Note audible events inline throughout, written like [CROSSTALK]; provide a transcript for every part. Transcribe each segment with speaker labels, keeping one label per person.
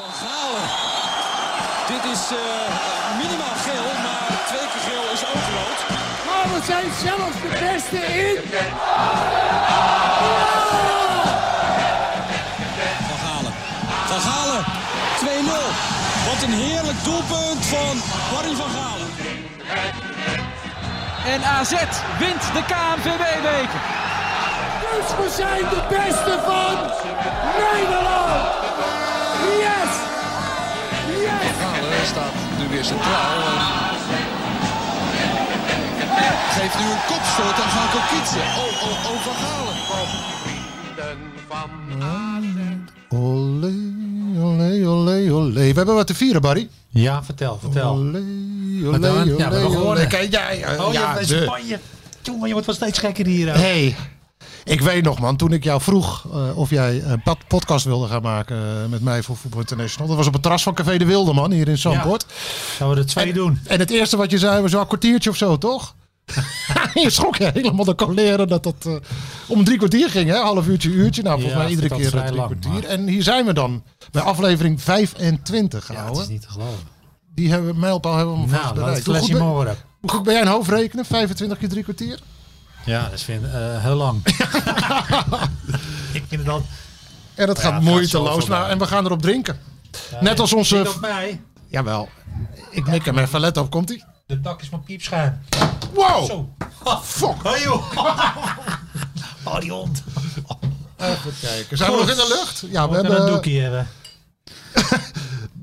Speaker 1: Van Galen. Dit is eh, minimaal geel, maar twee keer geel is ook rood.
Speaker 2: Maar we zijn zelfs de beste in.
Speaker 1: Van Galen. Van Galen. 2-0. Wat een heerlijk doelpunt van Barry van Galen.
Speaker 3: En AZ wint de KNVB-beker.
Speaker 2: Dus we zijn de beste van Nederland. Yes. Yes.
Speaker 4: Galen staat nu weer centraal. en Geeft nu een kopstoot aan Franco Kietsen. Oh, oh, oh, Van Galen.
Speaker 5: Olé, olé, olé, olé. We hebben wat te vieren, Barry.
Speaker 6: Ja, vertel, vertel.
Speaker 5: Olé,
Speaker 6: Wat
Speaker 5: olé,
Speaker 6: dan? Ja, we
Speaker 5: olé,
Speaker 6: hebben
Speaker 5: olé.
Speaker 6: gewonnen.
Speaker 5: Kijk, jij, eh,
Speaker 6: Oh ja,
Speaker 5: ja,
Speaker 6: in
Speaker 5: de-
Speaker 6: Spanje. Jongen, je wordt wel steeds gekker hier. hè.
Speaker 5: Hey, ik weet nog, man, toen ik jou vroeg eh, of jij een pad- podcast wilde gaan maken eh, met mij voor Voetbal International. Dat was op het terras van Café de Wilde, man, hier in Zandvoort.
Speaker 6: Gaan we er twee
Speaker 5: en,
Speaker 6: doen?
Speaker 5: En het eerste wat je zei was wel een kwartiertje of zo, toch? [LAUGHS] je schrok je helemaal de colère dat dat eh, om drie kwartier ging, hè? Half uurtje, uurtje. Nou, volgens
Speaker 6: Ja,
Speaker 5: mij iedere
Speaker 6: dat
Speaker 5: keer eh,
Speaker 6: is vrij
Speaker 5: drie
Speaker 6: lang,
Speaker 5: kwartier.
Speaker 6: maar-
Speaker 5: En hier zijn we dan, bij aflevering 25,
Speaker 6: Ja,
Speaker 5: ouwe.
Speaker 6: het is niet te geloven.
Speaker 5: Die hebben, mijlpaal hebben we hem vast
Speaker 6: Nou, laat het
Speaker 5: bereikt. Hoe goed
Speaker 6: flesje
Speaker 5: ben-
Speaker 6: maar horen.
Speaker 5: Hoe goed ben jij een hoofdrekenen? 25 keer drie kwartier?
Speaker 6: Ja, dat is vind, eh, heel [LAUGHS] lang. ik vind het dan...
Speaker 5: En dat
Speaker 6: Ja,
Speaker 5: gaat
Speaker 6: het gaat
Speaker 5: moeiteloos.
Speaker 6: zoveel
Speaker 5: nou,
Speaker 6: bij.
Speaker 5: en we gaan erop drinken. Net als
Speaker 6: Zit
Speaker 5: onze...
Speaker 6: op mij.
Speaker 5: Jawel. Ik mik hem even. Let op, komt ie.
Speaker 6: De tak is mijn piepschuim.
Speaker 5: Wow!
Speaker 6: Zo.
Speaker 5: Ah,
Speaker 6: Fuck. Oh
Speaker 5: [LAUGHS]
Speaker 6: joh. Oh die hond.
Speaker 5: Even kijken. Zijn we
Speaker 6: Goed.
Speaker 5: nog in de lucht? Ja, we
Speaker 6: We een
Speaker 5: hebben...
Speaker 6: doekje hebben.
Speaker 5: De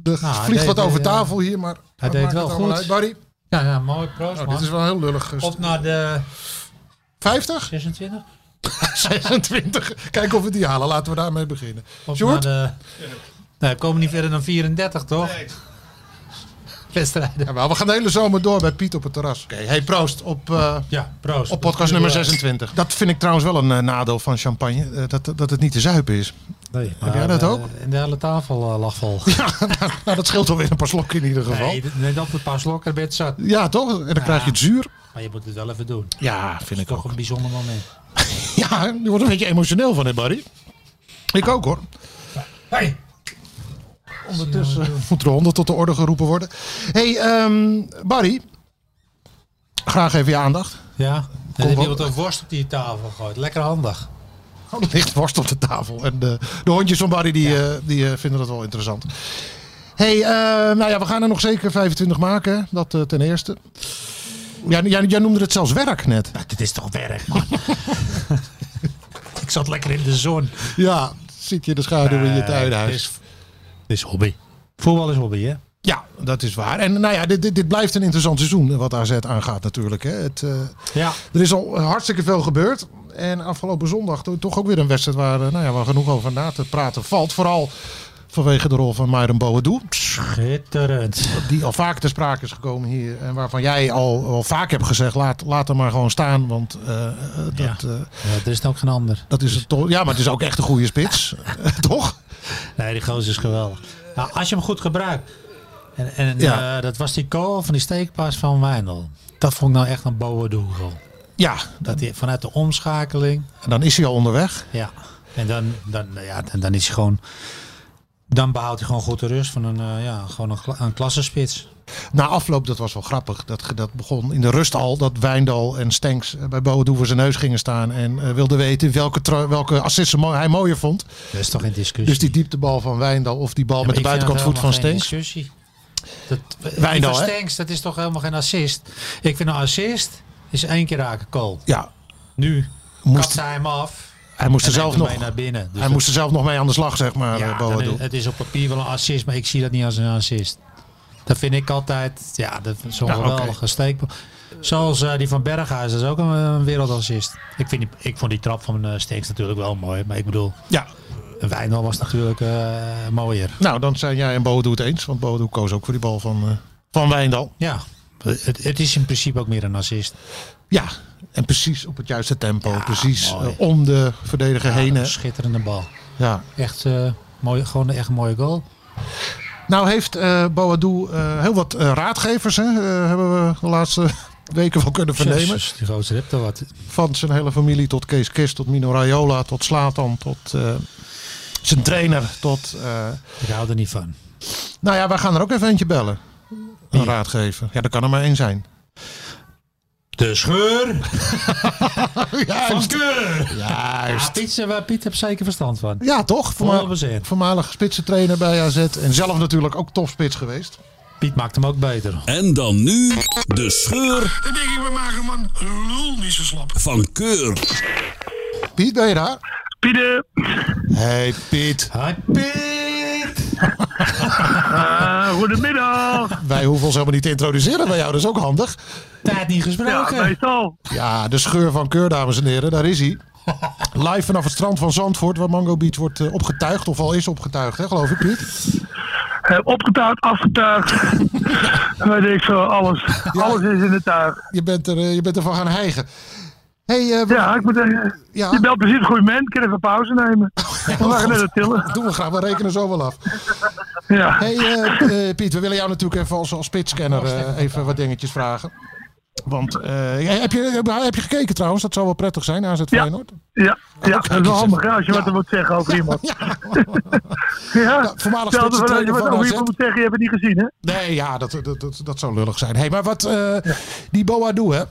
Speaker 6: Nou, hij
Speaker 5: vliegt
Speaker 6: deed,
Speaker 5: wat over
Speaker 6: eh,
Speaker 5: tafel hier, maar... dat
Speaker 6: deed
Speaker 5: maakt
Speaker 6: wel
Speaker 5: het allemaal
Speaker 6: goed.
Speaker 5: uit. Barry,
Speaker 6: Ja, ja mooi. Proost
Speaker 5: oh,
Speaker 6: man.
Speaker 5: dit is wel heel lullig. eh,
Speaker 6: Op naar de
Speaker 5: 50?
Speaker 6: 26.
Speaker 5: [LAUGHS] 26? Kijken of we die halen. Laten we daarmee beginnen.
Speaker 6: Op
Speaker 5: Sjoerd?
Speaker 6: naar de... Nee, we komen niet verder dan 34 toch? Wedstrijden.
Speaker 5: Jawel, we gaan de hele zomer door bij Piet op het terras. Oké, hey, proost op... eh,
Speaker 6: Ja, proost.
Speaker 5: Op podcast nummer 26. Dat vind ik trouwens wel een eh, nadeel van champagne. eh, dat, dat het niet te zuipen is.
Speaker 6: [LAUGHS] Nee, eh,
Speaker 5: Heb jij dat ook?
Speaker 6: En de hele tafel eh, lag vol.
Speaker 5: nou, dat scheelt alweer een paar slokken in ieder geval.
Speaker 6: Nee, d- nee, dat een paar slokken bent zat.
Speaker 5: Ja, toch? En dan krijg je het zuur.
Speaker 6: Maar je moet het wel even doen.
Speaker 5: Ja, vind ik
Speaker 6: Toch een bijzonder moment.
Speaker 5: Ja, je wordt een beetje emotioneel van, hè, Barry? Ik ook, hoor.
Speaker 6: Hey.
Speaker 5: Ondertussen moet de honden tot de orde geroepen worden. hey, ehm, Barry. Graag even je aandacht.
Speaker 6: Ja, en
Speaker 5: wel.
Speaker 6: heeft iemand een worst op die tafel gegooid. Lekker handig.
Speaker 5: Oh, er ligt worst op de tafel. En de, de hondjes van Barry die, eh, die eh, vinden dat wel interessant. hey, eh, nou ja, we gaan er nog zeker 25 maken. hè. Dat eh, ten eerste. Jij, jij, jij noemde het zelfs werk net.
Speaker 6: Ah, dit is toch werk, [LAUGHS] man. Ik zat lekker in de zon. Eh,
Speaker 5: Ja, ziet je de schaduw in je tuinhuis.
Speaker 6: Dit is, dit is hobby. Voetbal is hobby, hè?
Speaker 5: Ja, dat is waar. En nou ja, dit, dit, dit blijft een interessant seizoen wat AZ aangaat natuurlijk. Hè. Het, eh,
Speaker 6: Ja.
Speaker 5: er is al eh, hartstikke veel gebeurd. En afgelopen zondag to- toch ook weer een wedstrijd waar, eh, nou ja, waar genoeg over na te praten valt. Vooral vanwege de rol van Myron Boadu.
Speaker 6: Schitterend.
Speaker 5: Die al vaak ter sprake is gekomen hier. En waarvan jij al, al vaak hebt gezegd, laat, laat hem maar gewoon staan. Want eh, eh, dat, eh,
Speaker 6: Ja, er is ook geen ander.
Speaker 5: dat is het toch. Ja, maar het is ook echt een goede spits. [LAUGHS] toch?
Speaker 6: Nee, die gozer is geweldig. Nou, als je hem goed gebruikt. En, en
Speaker 5: Ja.
Speaker 6: eh, dat was die goal van die steekpaas van Wijndal. Dat vond ik nou echt een Boadu goal.
Speaker 5: Ja,
Speaker 6: Dat hij vanuit de omschakeling.
Speaker 5: dan is hij al onderweg.
Speaker 6: Ja. En dan, dan, ja, dan, dan is hij gewoon. Dan behoudt hij gewoon goed de rust van een, eh, ja, gewoon een, kla- een klassenspits.
Speaker 5: Na afloop, dat was wel grappig. Dat, ge- dat begon in de rust al. Dat Wijndal en Stenks eh, bij Boadu voor zijn neus gingen staan. En eh, wilden weten welke, tro- welke assist ze mo- hij mooier vond.
Speaker 6: Dat is toch geen discussie.
Speaker 5: Dus die dieptebal van Wijndal of die bal
Speaker 6: Ja,
Speaker 5: met de
Speaker 6: maar ik vind
Speaker 5: buitenkant voet
Speaker 6: dat
Speaker 5: van
Speaker 6: helemaal
Speaker 5: Stenks.
Speaker 6: geen discussie. Dat,
Speaker 5: Wijndal,
Speaker 6: die van
Speaker 5: hè?
Speaker 6: Stenks, dat is toch helemaal geen assist. Ik vind een assist is één keer raken goal.
Speaker 5: Ja,
Speaker 6: Nu kapt
Speaker 5: moest,
Speaker 6: hij hem af.
Speaker 5: hij, moest er
Speaker 6: En hij
Speaker 5: zelf
Speaker 6: doet
Speaker 5: nog,
Speaker 6: mee naar binnen. Dus
Speaker 5: hij moest er zelf nog mee aan de slag, zeg maar,
Speaker 6: ja,
Speaker 5: eh,
Speaker 6: dan
Speaker 5: Boadu.
Speaker 6: is- het is op papier wel een assist, maar ik zie dat niet als een assist. Dat vind ik altijd, ja, dat is zo'n
Speaker 5: Ja, oké.
Speaker 6: geweldige steekbal. Zoals eh, die van Berghuis, dat is ook een, eh, wereldassist. Ik, vind die, ik vond die trap van eh Steeks natuurlijk wel mooi, maar ik bedoel,
Speaker 5: Ja,
Speaker 6: Wijndal was natuurlijk eh, mooier.
Speaker 5: nou dan zijn jij en Boadu het eens. Want Boadu koos ook voor die bal van, eh, van Wijndal.
Speaker 6: Ja, het, het is in principe ook meer een assist.
Speaker 5: Ja, en precies op het juiste tempo.
Speaker 6: Ja,
Speaker 5: precies
Speaker 6: mooi.
Speaker 5: eh, om de verdediger heen.
Speaker 6: Ja,
Speaker 5: hè.
Speaker 6: een schitterende bal.
Speaker 5: Ja,
Speaker 6: Echt, eh, mooi, gewoon een echt mooie goal.
Speaker 5: Nou heeft eh Boadu eh, heel wat eh, raadgevers, hè, eh, hebben we de laatste [LAUGHS] weken wel kunnen vernemen.
Speaker 6: Jezus, die gozer hebt er wat.
Speaker 5: Van zijn hele familie tot Kees Kist, tot Mino Raiola, tot Slatan, tot eh zijn trainer tot... eh,
Speaker 6: Ik hou er niet van.
Speaker 5: nou ja, wij gaan er ook even eentje bellen. Een
Speaker 6: Wie?
Speaker 5: raad geven. Ja, er kan er maar één zijn. [LAUGHS]
Speaker 6: De scheur van
Speaker 5: Juist.
Speaker 6: keur. Ja,
Speaker 5: Juist.
Speaker 6: Piet, eh, waar Piet heeft zeker verstand van.
Speaker 5: Ja, toch? Voorma
Speaker 6: 100%.
Speaker 5: voormalig spitsentrainer bij AZ. En zelf natuurlijk ook topspits geweest.
Speaker 6: Piet maakt hem ook beter.
Speaker 7: En dan nu de scheur
Speaker 8: Dan denk ik, we maken man lul niet zo slap.
Speaker 7: van Keur.
Speaker 5: Piet, ben je daar?
Speaker 8: Pieter,
Speaker 5: Hey Piet.
Speaker 6: Hi Piet!
Speaker 8: eh, goedemiddag.
Speaker 5: [LAUGHS] Wij hoeven ons helemaal niet te introduceren bij jou. Dat is ook handig.
Speaker 6: Tijd niet
Speaker 8: Ja,
Speaker 6: gesproken.
Speaker 8: meestal.
Speaker 5: Ja, de scheur van Keur, dames en heren. Daar is hij. Live vanaf het strand van Zandvoort, waar Mango Beach wordt eh, opgetuigd. Of al is opgetuigd, hè, geloof ik, Piet?
Speaker 8: Eh, opgetuigd, afgetuigd.
Speaker 5: [LAUGHS]
Speaker 8: Weet ik veel, alles. Alles is in de tuig.
Speaker 5: Je bent, er, eh, je bent ervan gaan hijgen. hey, eh, we-
Speaker 8: Ja, ik moet zeggen,
Speaker 5: Ja.
Speaker 8: je belt precies een goed moment. Ik kan even pauze
Speaker 5: [LAUGHS]
Speaker 8: nemen. We waren net aan het tillen.
Speaker 5: doen we graag. We rekenen zo wel af.
Speaker 8: Ja.
Speaker 5: Oh. Hey eh, eh, Piet, we willen jou natuurlijk even als, als spitscanner eh, even wat dingetjes vragen. Want eh, heb, je, heb je gekeken trouwens? Dat zou wel prettig zijn, AZ Feyenoord.
Speaker 8: Ja, ja dat is wel
Speaker 5: eens
Speaker 8: handig hè, als je
Speaker 5: Ja.
Speaker 8: wat er moet zeggen
Speaker 5: [LAUGHS]
Speaker 8: over iemand. [LAUGHS] Ja,
Speaker 5: voormalig
Speaker 8: Stel dat je
Speaker 5: spitsentrainer
Speaker 8: wat
Speaker 5: van
Speaker 8: over
Speaker 5: AZ.
Speaker 8: iemand moet zeggen, je hebt het niet gezien, hè?
Speaker 5: Nee, ja, dat, dat, dat, dat zou lullig zijn. Hey, maar wat eh die Boadu, hè?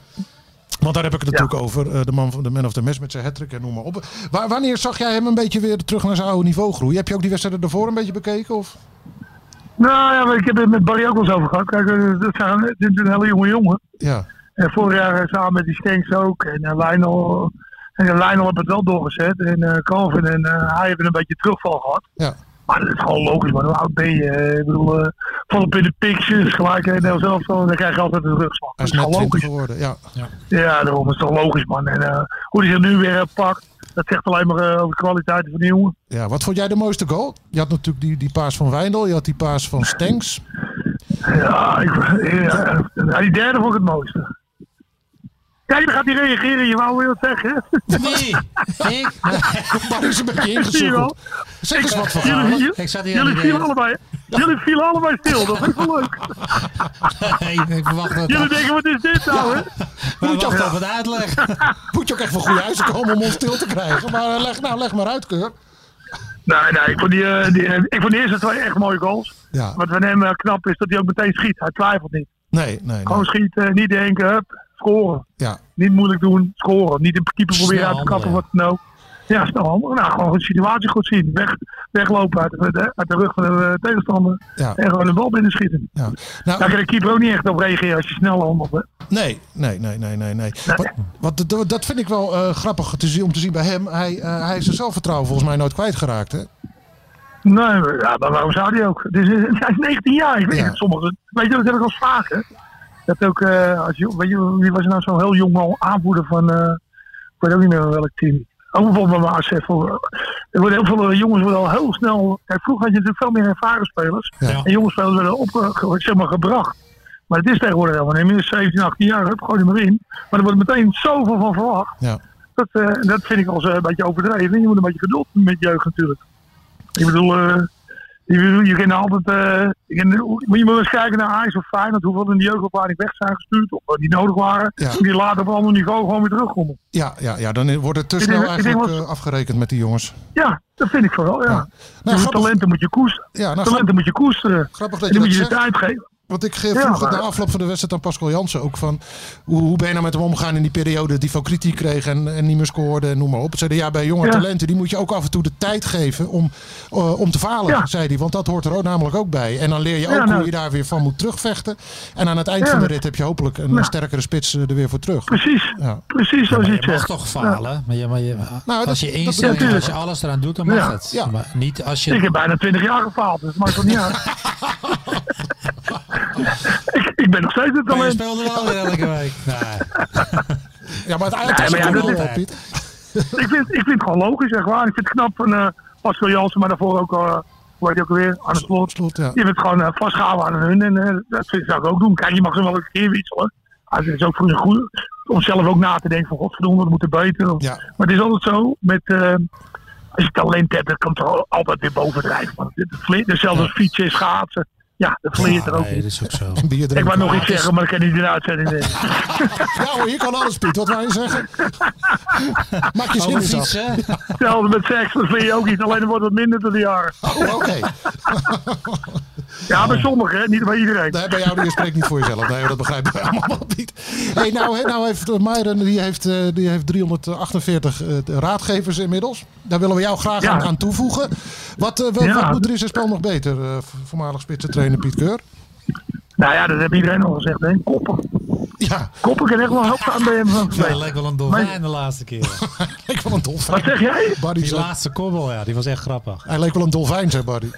Speaker 5: Want daar heb ik het natuurlijk over. eh, de man van de man of the match met zijn hattrick en noem maar op. Wa- wanneer zag jij hem een beetje weer terug naar zijn oude niveau groeien? Heb je ook die wedstrijden daarvoor een beetje bekeken? Of?
Speaker 8: Nou ja, maar ik heb het met Barry ook wel eens over gehad. Kijk, eh, dat zijn, dit is een hele jonge jongen.
Speaker 5: Ja,
Speaker 8: En vorig jaar eh, samen met die Stenks ook. En eh, Lionel. En eh, Lionel heeft het wel doorgezet. En eh Calvin en eh, hij hebben een beetje terugval gehad.
Speaker 5: ja.
Speaker 8: Maar dat is gewoon logisch, man. Hoe oud ben je? Eh, Ik bedoel, eh, volop in de pictures, gelijk in zelf zelf. Dan krijg je altijd een rugslag.
Speaker 5: Hij
Speaker 8: Dat
Speaker 5: is
Speaker 8: is gewoon
Speaker 5: net 20
Speaker 8: logisch.
Speaker 5: geworden. Ja.
Speaker 8: Ja, daarom is het toch logisch, man. En eh, hoe hij zich nu weer eh, pakt, dat zegt alleen maar eh, over de kwaliteiten van die jongen.
Speaker 5: ja, wat vond jij de mooiste goal? Je had natuurlijk die, die paas van Wijndal. Je had die paas van Stenks.
Speaker 8: Ja, ik, eh, ja, ja, die derde vond ik het mooiste. Kijk, dan gaat hij reageren. Je wou weer wat zeggen, hè?
Speaker 6: Wie? Ik?
Speaker 5: Maar is een beetje
Speaker 8: Zie je wel?
Speaker 5: ingezocht. Zeg eens wat van
Speaker 8: Jullie,
Speaker 5: Galen.
Speaker 6: Ik zat hier aan
Speaker 8: jullie,
Speaker 6: de
Speaker 8: vielen
Speaker 6: derde.
Speaker 8: allebei, jullie vielen allebei stil. Dat vind ik wel leuk.
Speaker 6: Nee, ik verwacht dat.
Speaker 8: Jullie denken, wat is dit nou, hè?
Speaker 6: Moet je ook wat uitleg?
Speaker 5: Moet je ook echt van goede huizen komen om ons stil te krijgen. Maar eh, leg, nou, leg maar uit, Keur.
Speaker 8: Nee, nee, ik vond die, eh, die, eh, ik vond die eerste twee echt mooie goals.
Speaker 5: Ja.
Speaker 8: Wat van hem eh, knap is, dat hij ook meteen schiet. Hij twijfelt niet.
Speaker 5: Nee, nee, nee.
Speaker 8: Gewoon schieten, niet denken, hup, scoren.
Speaker 5: Ja,
Speaker 8: Niet moeilijk doen, scoren. Niet de keeper proberen
Speaker 6: Snel
Speaker 8: uit te kappen, wat
Speaker 6: handelen.
Speaker 8: dan ook. Ja, snel handelen. Nou, gewoon de situatie goed zien. Weg, weglopen uit de, de- uit de rug van de eh, tegenstander.
Speaker 5: ja,
Speaker 8: En gewoon de bal binnen schieten.
Speaker 5: ja. Nou,
Speaker 8: Daar kan de keeper ook niet echt op reageren als je snel handelt. Hè.
Speaker 5: Nee, nee, nee, nee, nee. nee. Wat, wat, dat- dat vind ik wel eh, grappig te zien, om te zien bij hem. Hij, eh, hij is zijn zelfvertrouwen volgens mij nooit kwijtgeraakt. Hè?
Speaker 8: Nee, maar, ja, maar waarom zou hij ook? Het is, [LAUGHS] hij is 19 jaar. Ik weet
Speaker 5: Ja.
Speaker 8: het, sommigen. Weet je, dat heb ik al eens vaker. Dat ook, eh, als je, weet je, wie was nou zo'n heel jong al aanvoerder van, eh, ik weet ook niet meer welk team. Ook bijvoorbeeld bij ASF. Er worden heel veel eh, jongens worden al heel snel. Kijk, vroeger had je natuurlijk veel meer ervaren spelers.
Speaker 5: Ja.
Speaker 8: En jonge spelers werden op, zeg maar, gebracht. Maar het is tegenwoordig helemaal niet meer. 17, 18 jaar, hup, gooi er maar in. Maar er wordt meteen zoveel van verwacht.
Speaker 5: Ja.
Speaker 8: Dat, eh, dat vind ik als eh, een beetje overdreven. Je moet een beetje geduld hebben met jeugd natuurlijk. Ik bedoel, eh, je, bedoel, je kan altijd. eh, je, kan, moet je maar eens kijken naar Ajax of Feyenoord. Hoeveel in de jeugdopleiding weg zijn gestuurd. Of eh, die nodig waren.
Speaker 5: Ja.
Speaker 8: Die later op een ander niveau gewoon weer terugkomen.
Speaker 5: Ja, ja, ja, dan wordt het te
Speaker 8: Ik denk-
Speaker 5: snel
Speaker 8: ik denk
Speaker 5: eigenlijk
Speaker 8: wel-
Speaker 5: eh, afgerekend met die jongens.
Speaker 8: Ja, dat vind ik vooral. Ja.
Speaker 5: Ja. Nou,
Speaker 8: Dus
Speaker 5: grappig.
Speaker 8: talenten moet je koesteren.
Speaker 5: Ja, nou,
Speaker 8: talenten moet je koesteren.
Speaker 5: Grappig
Speaker 8: En
Speaker 5: dat je
Speaker 8: die
Speaker 5: dat
Speaker 8: moet je de
Speaker 5: zegt.
Speaker 8: tijd geven.
Speaker 5: Want ik eh, vroeg het
Speaker 8: maar-
Speaker 5: na afloop van de wedstrijd aan Pascal Jansen ook van... Hoe, hoe ben je nou met hem omgegaan in die periode die veel kritiek kreeg en, en niet meer scoorde en noem maar op. Zeiden ja, bij jonge
Speaker 8: Ja.
Speaker 5: talenten die moet je ook af en toe de tijd geven om, eh, om te falen,
Speaker 8: Ja.
Speaker 5: zei hij. Want dat hoort er ook namelijk ook bij. En dan leer je ook
Speaker 8: Ja, nou-
Speaker 5: hoe je daar weer van moet terugvechten. En aan het eind
Speaker 8: Ja.
Speaker 5: van de rit heb je hopelijk een sterkere spits eh, er weer voor terug.
Speaker 8: Precies.
Speaker 5: Ja.
Speaker 8: Precies zoals
Speaker 6: Maar
Speaker 8: je
Speaker 6: je
Speaker 8: het
Speaker 6: mag
Speaker 8: zegt.
Speaker 6: toch falen? Maar je, maar je,
Speaker 5: Nou, dat-
Speaker 6: als je
Speaker 5: dat-
Speaker 6: instelling,
Speaker 8: ja,
Speaker 6: als je alles eraan doet, dan mag
Speaker 8: Ja.
Speaker 6: het.
Speaker 5: Ja.
Speaker 6: Maar niet als je...
Speaker 8: Ik heb bijna 20 jaar gefaald, dus het maakt toch
Speaker 5: [LAUGHS]
Speaker 8: niet uit. ik, ik ben nog steeds
Speaker 6: Maar
Speaker 8: het
Speaker 6: je
Speaker 8: talent.
Speaker 6: speelde wel weer elke
Speaker 5: [LAUGHS]
Speaker 6: week. Nee.
Speaker 5: Ja, maar het eind is
Speaker 8: maar ja,
Speaker 5: er
Speaker 8: dat
Speaker 5: wel
Speaker 8: is-
Speaker 5: op, Piet.
Speaker 8: ik, vind, ik vind het gewoon logisch, zeg waar. Ik vind het knap van eh, Pascal Jansen, maar daarvoor ook, eh hoe heet die ook weer, aan het slot.
Speaker 5: Slot, ja.
Speaker 8: Je bent gewoon eh, vastgehouden aan hun en eh, dat vind ik, zou ik ook doen. Kijk, je mag ze wel een keer wisselen. Maar het is ook voor hun goed om zelf ook na te denken van godverdomme, dat moet er beter. Of-
Speaker 5: Ja.
Speaker 8: Maar het is altijd zo, met, eh, als je talent hebt, dat komt er altijd weer bovendrijven. man. Het is vle- Hetzelfde als fietsen, schaatsen. Ja, dat verleert er ook
Speaker 6: Nee,
Speaker 8: niet.
Speaker 6: dat is ook zo.
Speaker 5: En bier
Speaker 8: Ik
Speaker 5: drinken.
Speaker 8: wou nog iets zeggen, maar ik kan niet in de uitzending nemen.
Speaker 5: Ja hoor, hier kan alles Piet, wat wij
Speaker 8: [LAUGHS]
Speaker 5: zeggen. Maak je zin
Speaker 6: Over
Speaker 5: in af.
Speaker 6: fietsen.
Speaker 8: Hetzelfde met seks, dat leer je ook niet. Alleen er wordt het minder door de jaren.
Speaker 5: Oh, oké.
Speaker 8: Ja, bij sommigen, hè, niet bij iedereen.
Speaker 5: Nee, bij jou, je spreekt niet voor jezelf. Nee, dat begrijp ik allemaal [LAUGHS] niet. Hey, nou, he- nou heeft eh, Myron, die heeft, eh, die heeft 348 eh, raadgevers inmiddels. Daar willen we jou graag
Speaker 8: Ja.
Speaker 5: aan, aan toevoegen. Wat, eh, wel-
Speaker 8: Ja.
Speaker 5: wat moet er in zijn spel nog beter? eh, v- voormalig spitsentrainer Piet Keur.
Speaker 8: Nou ja, dat heeft iedereen al gezegd. Hè. Koppen.
Speaker 5: Ja,
Speaker 8: Koppen kan echt wel helpen aan bij hem.
Speaker 6: [LAUGHS]
Speaker 8: van
Speaker 6: Ja, dat
Speaker 8: Veen.
Speaker 6: lijkt wel een dolfijn de laatste keer.
Speaker 5: ik wil een dolfijn.
Speaker 8: Wat zeg jij?
Speaker 5: Barry
Speaker 6: Die
Speaker 5: zei-
Speaker 6: laatste kobbel, ja, die was echt grappig.
Speaker 5: hij leek wel een dolfijn, zei Barry.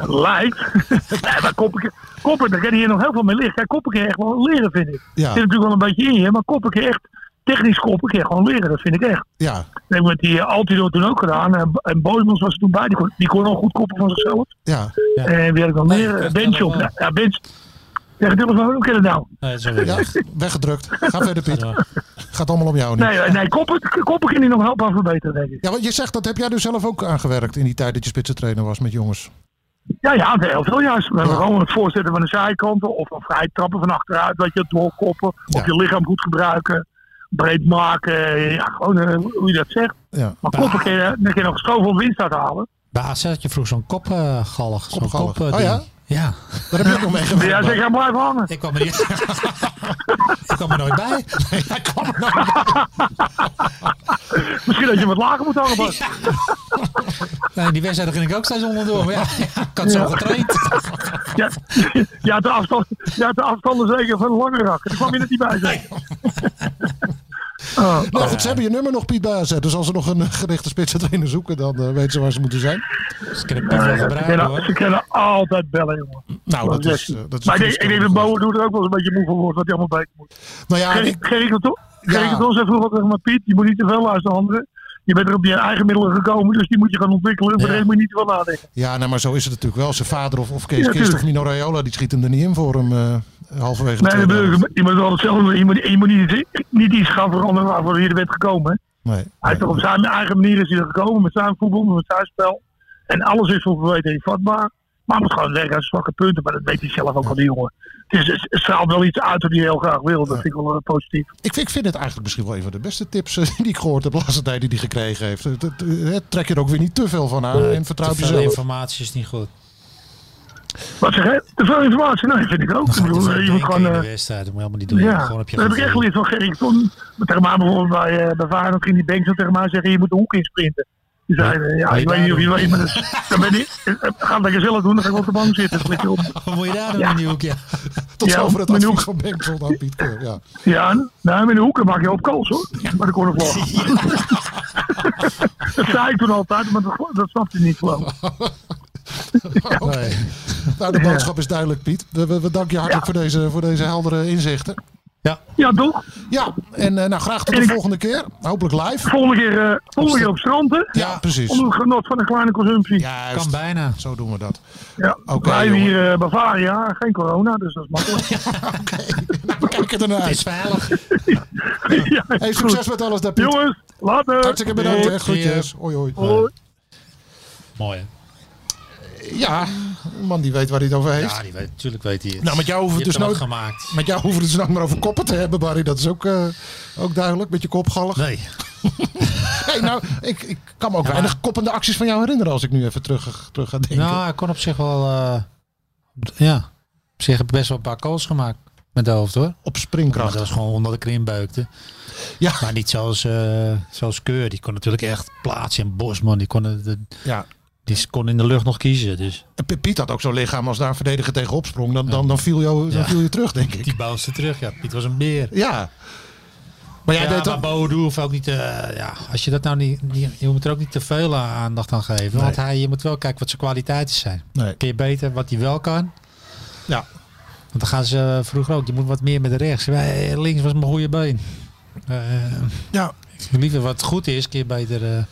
Speaker 6: [LAUGHS]
Speaker 8: Lijkt. nee, maar Koppen, Koppen, daar kan hier nog heel veel mee liggen. Kijk, Koppen kan echt wel leren, vind ik.
Speaker 5: Ja.
Speaker 8: Er zit natuurlijk wel een beetje in je, maar Koppen kan echt... Technisch Koppen kan gewoon leren, dat vind ik echt.
Speaker 5: Ja,
Speaker 8: Dat heeft die eh, Altido toen ook gedaan. En, en Boymans was er toen bij. Die kon, die kon al goed koppen van zichzelf.
Speaker 5: ja.
Speaker 6: Ja.
Speaker 8: En wie had ik dan
Speaker 6: ik
Speaker 8: meer?
Speaker 6: dacht
Speaker 8: Benchop.
Speaker 6: dat wel.
Speaker 8: Ja, ja, Bench. Tegen Dillen van, hoe kan het nou?
Speaker 6: Nee, sorry.
Speaker 5: ja. Weggedrukt. Ga verder, Piet.
Speaker 6: Ja.
Speaker 5: Gaat allemaal om jou nu.
Speaker 8: Nee, eh, nee koppen, koppen kan hij nog helpen aan verbeteren, denk ik.
Speaker 5: Ja, want je zegt, dat heb jij dus zelf ook aangewerkt in die tijd dat je spitsentrainer was met jongens.
Speaker 8: Ja, ja, heel veel juist. We hebben gewoon het voorzetten van de zijkanten. Of een vrij trappen van achteruit. Dat je doorkoppen.
Speaker 5: Ja.
Speaker 8: Of je lichaam goed gebruiken. Breed maken. Ja, gewoon eh, hoe je dat zegt.
Speaker 5: Ja.
Speaker 8: Maar koppen kan je, eh, dan kan je nog schoon winst uit halen.
Speaker 6: Bij AZ had je vroeg zo'n kopgallig. Zo'n
Speaker 5: Kopgallig.
Speaker 6: kop, eh,
Speaker 5: Oh,
Speaker 6: ding.
Speaker 5: ja?
Speaker 6: Ja.
Speaker 5: Daar heb je ook nog mee
Speaker 8: Ja,
Speaker 5: gewerkt.
Speaker 8: zeg, ja, blijf hangen.
Speaker 6: Ik kwam er niet... [LAUGHS] Ik kwam er nooit bij.
Speaker 5: Hij kwam er nou
Speaker 8: Misschien dat je wat lager moet hangen. Bas.
Speaker 5: [LAUGHS]
Speaker 6: Nee, die wedstrijd ging ik ook steeds onderdoor. Maar ja, ik had zo
Speaker 8: Ja.
Speaker 6: getraind.
Speaker 8: Ja, ja, de, afstand, ja de afstanden zeker van de lange rak. Daar kwam je net niet bij, zeg. Oh,
Speaker 5: Nou goed, ze hebben je nummer nog, Piet Baas. Dus als ze nog een eh, gerichte spitsentrainer zoeken, dan eh, weten ze waar ze moeten zijn.
Speaker 6: Ze kunnen best wel
Speaker 8: ze,
Speaker 6: gebruiken
Speaker 8: kunnen, ze
Speaker 6: hoor.
Speaker 8: kunnen altijd bellen, jongen.
Speaker 5: Nou, dat is... eh, dat is
Speaker 8: maar ik denk,
Speaker 5: een
Speaker 8: ik denk dat Bouwer doet er ook wel eens een beetje moe van wordt, wat hij allemaal beter moet.
Speaker 5: Nou ja,
Speaker 8: Gerrie-
Speaker 5: ik-
Speaker 8: Gerrie Kanton-
Speaker 5: Ja.
Speaker 8: Gerrie Kanton zei vroeger tegen me, Piet, je moet niet te veel luisteren anderen. Je bent er op je eigen middelen gekomen, dus die moet je gaan ontwikkelen. Voor
Speaker 5: Ja.
Speaker 8: de rest moet je niet te veel nadenken.
Speaker 5: ja nou, maar zo is het natuurlijk wel. Zijn vader of, of Kees
Speaker 8: Ja,
Speaker 5: Kist of
Speaker 8: tuurlijk.
Speaker 5: Mino Raiola, die schieten er niet in voor hem eh, halverwege de
Speaker 8: Nee, de
Speaker 5: tweede helft.
Speaker 8: burger, je moet wel hetzelfde doen. Je moet, je moet niet, niet iets gaan veranderen waarvoor je er bent gekomen.
Speaker 5: Nee,
Speaker 8: Hij is
Speaker 5: nee.
Speaker 8: toch op zijn eigen manier is hij er gekomen met zijn voetbal, met zijn spel. En alles is voor verbetering vatbaar. Maar hij moet gewoon werken aan zijn zwakke punten. Maar dat weet hij zelf ook al, die jongen. Het, is, het straalt wel iets uit wat hij heel graag wil. Dat vind ik wel eh, positief.
Speaker 5: Ik, vind- ik vind het eigenlijk misschien wel een van de beste tips eh, die ik gehoord heb de laatste tijd die hij gekregen heeft. Het- het- eh, Trek je er ook weer niet te veel van aan en vertrouw op
Speaker 6: Te veel
Speaker 5: jezelf.
Speaker 6: informatie is niet goed.
Speaker 8: Wat zeg je? Te veel informatie? Nee, vind ik ook. Ik bedoel, eh, je moet gewoon...
Speaker 6: in de
Speaker 8: eh,
Speaker 6: wedstrijd. Dat moet je helemaal niet doen.
Speaker 8: ja,
Speaker 6: Gewoon op je
Speaker 8: dat heb ik echt
Speaker 6: gevoel.
Speaker 8: geleerd van Gerrit. Toen, tegen mij bijvoorbeeld bij, eh bij Varend ging die bank zo tegen mij zeggen, je moet de hoek insprinten. Die zei, eh, ja,
Speaker 6: Wat
Speaker 8: ik
Speaker 6: je
Speaker 8: weet niet of je
Speaker 6: daarom-
Speaker 8: weet, maar dat, dan ben ik, eh, ga dat gezellig doen, dan ga ik wel op de bank zitten. Flikker op.
Speaker 6: Wat moet je daar doen
Speaker 8: Ja.
Speaker 6: in die hoek? Ja.
Speaker 5: Tot
Speaker 8: Ja,
Speaker 5: zover het
Speaker 8: Mino-
Speaker 5: advies van Bengtson aan Piet Keur. Ja.
Speaker 8: Ja, nou, met de hoeken maak je op kans hoor. Maar
Speaker 5: [LAUGHS]
Speaker 8: de cornervlag. dat zei ik toen altijd, maar dat, dat snapte hij niet geloof ik.
Speaker 5: Oké. Nou, de boodschap is duidelijk, Piet. We, we, we danken je hartelijk
Speaker 8: Ja.
Speaker 5: voor, deze, voor deze heldere inzichten.
Speaker 8: Ja, toch?
Speaker 5: Ja, en eh, nou, graag tot de
Speaker 8: En ik-
Speaker 5: volgende keer. Hopelijk live.
Speaker 8: Volgende keer, eh, volgende keer op strand, hè?
Speaker 5: Ja, precies.
Speaker 8: Onder het genot van een kleine consumptie. Ja.
Speaker 5: Juist.
Speaker 6: Kan bijna.
Speaker 5: Zo doen we dat. oké,
Speaker 8: Wij
Speaker 5: jongen.
Speaker 8: hebben hier eh, Bavaria, geen corona, dus dat is makkelijk.
Speaker 5: We kijken ernaar
Speaker 6: Het
Speaker 5: uit.
Speaker 6: is veilig.
Speaker 8: [LAUGHS] ja,
Speaker 5: Hey,
Speaker 8: is
Speaker 5: succes
Speaker 8: goed.
Speaker 5: met alles daar, Piet.
Speaker 8: Jongens, later.
Speaker 5: Hartstikke bedankt. hè.
Speaker 6: Doei.
Speaker 5: Groetjes. Hoi, hoi.
Speaker 8: Hoi.
Speaker 6: Mooi. hè?
Speaker 5: Ja, een man die weet waar hij het over heeft.
Speaker 6: Ja, die weet, natuurlijk weet hij het.
Speaker 5: Nou, met jou hoeven
Speaker 6: Je
Speaker 5: we het
Speaker 6: hebt er
Speaker 5: dus
Speaker 6: wat gemaakt.
Speaker 5: Met jou hoeven we het dus nog maar over koppen te hebben, Barry. Dat is ook, eh, ook duidelijk. Beetje kopgallig.
Speaker 6: Nee.
Speaker 5: Nee, nou, ik, ik kan me ook weinig koppende acties van jou herinneren als ik nu even terug, terug ga denken.
Speaker 6: Nou, ik kon op zich wel... eh, ja. Op zich heb ik best wel een paar calls gemaakt. Met de hoofd hoor.
Speaker 5: Op
Speaker 6: Maar
Speaker 5: springkracht.
Speaker 6: dat was gewoon omdat ik erin buikte.
Speaker 5: Ja.
Speaker 6: Maar niet zoals, eh, zoals Keur. Die kon natuurlijk echt plaatsen in Bosman. Die kon, het- het-
Speaker 5: Ja.
Speaker 6: die kon in de lucht nog kiezen. Dus
Speaker 5: En Piet- Piet had ook zo'n lichaam. Als daar een verdediger tegenop sprong, dan, dan, dan, viel, jou, dan
Speaker 6: Ja.
Speaker 5: viel je terug, denk ik.
Speaker 6: die bounced terug. Ja, Piet was een beer.
Speaker 5: Ja. Maar jij
Speaker 6: Ja,
Speaker 5: deed dat...
Speaker 6: maar Boudouw ook niet. eh, ja, als je dat nou niet, niet- je moet er ook niet te veel aan- aandacht aan geven, want hij, je moet wel kijken wat zijn kwaliteiten zijn.
Speaker 5: Nee.
Speaker 6: Kun je beter wat hij wel kan?
Speaker 5: Ja.
Speaker 6: Want dan gaan ze eh, vroeger ook. Je moet wat meer met de rechts. Wij- links was mijn goede been. Eh,
Speaker 5: Ja.
Speaker 6: liever wat goed is, kun je beter. eh,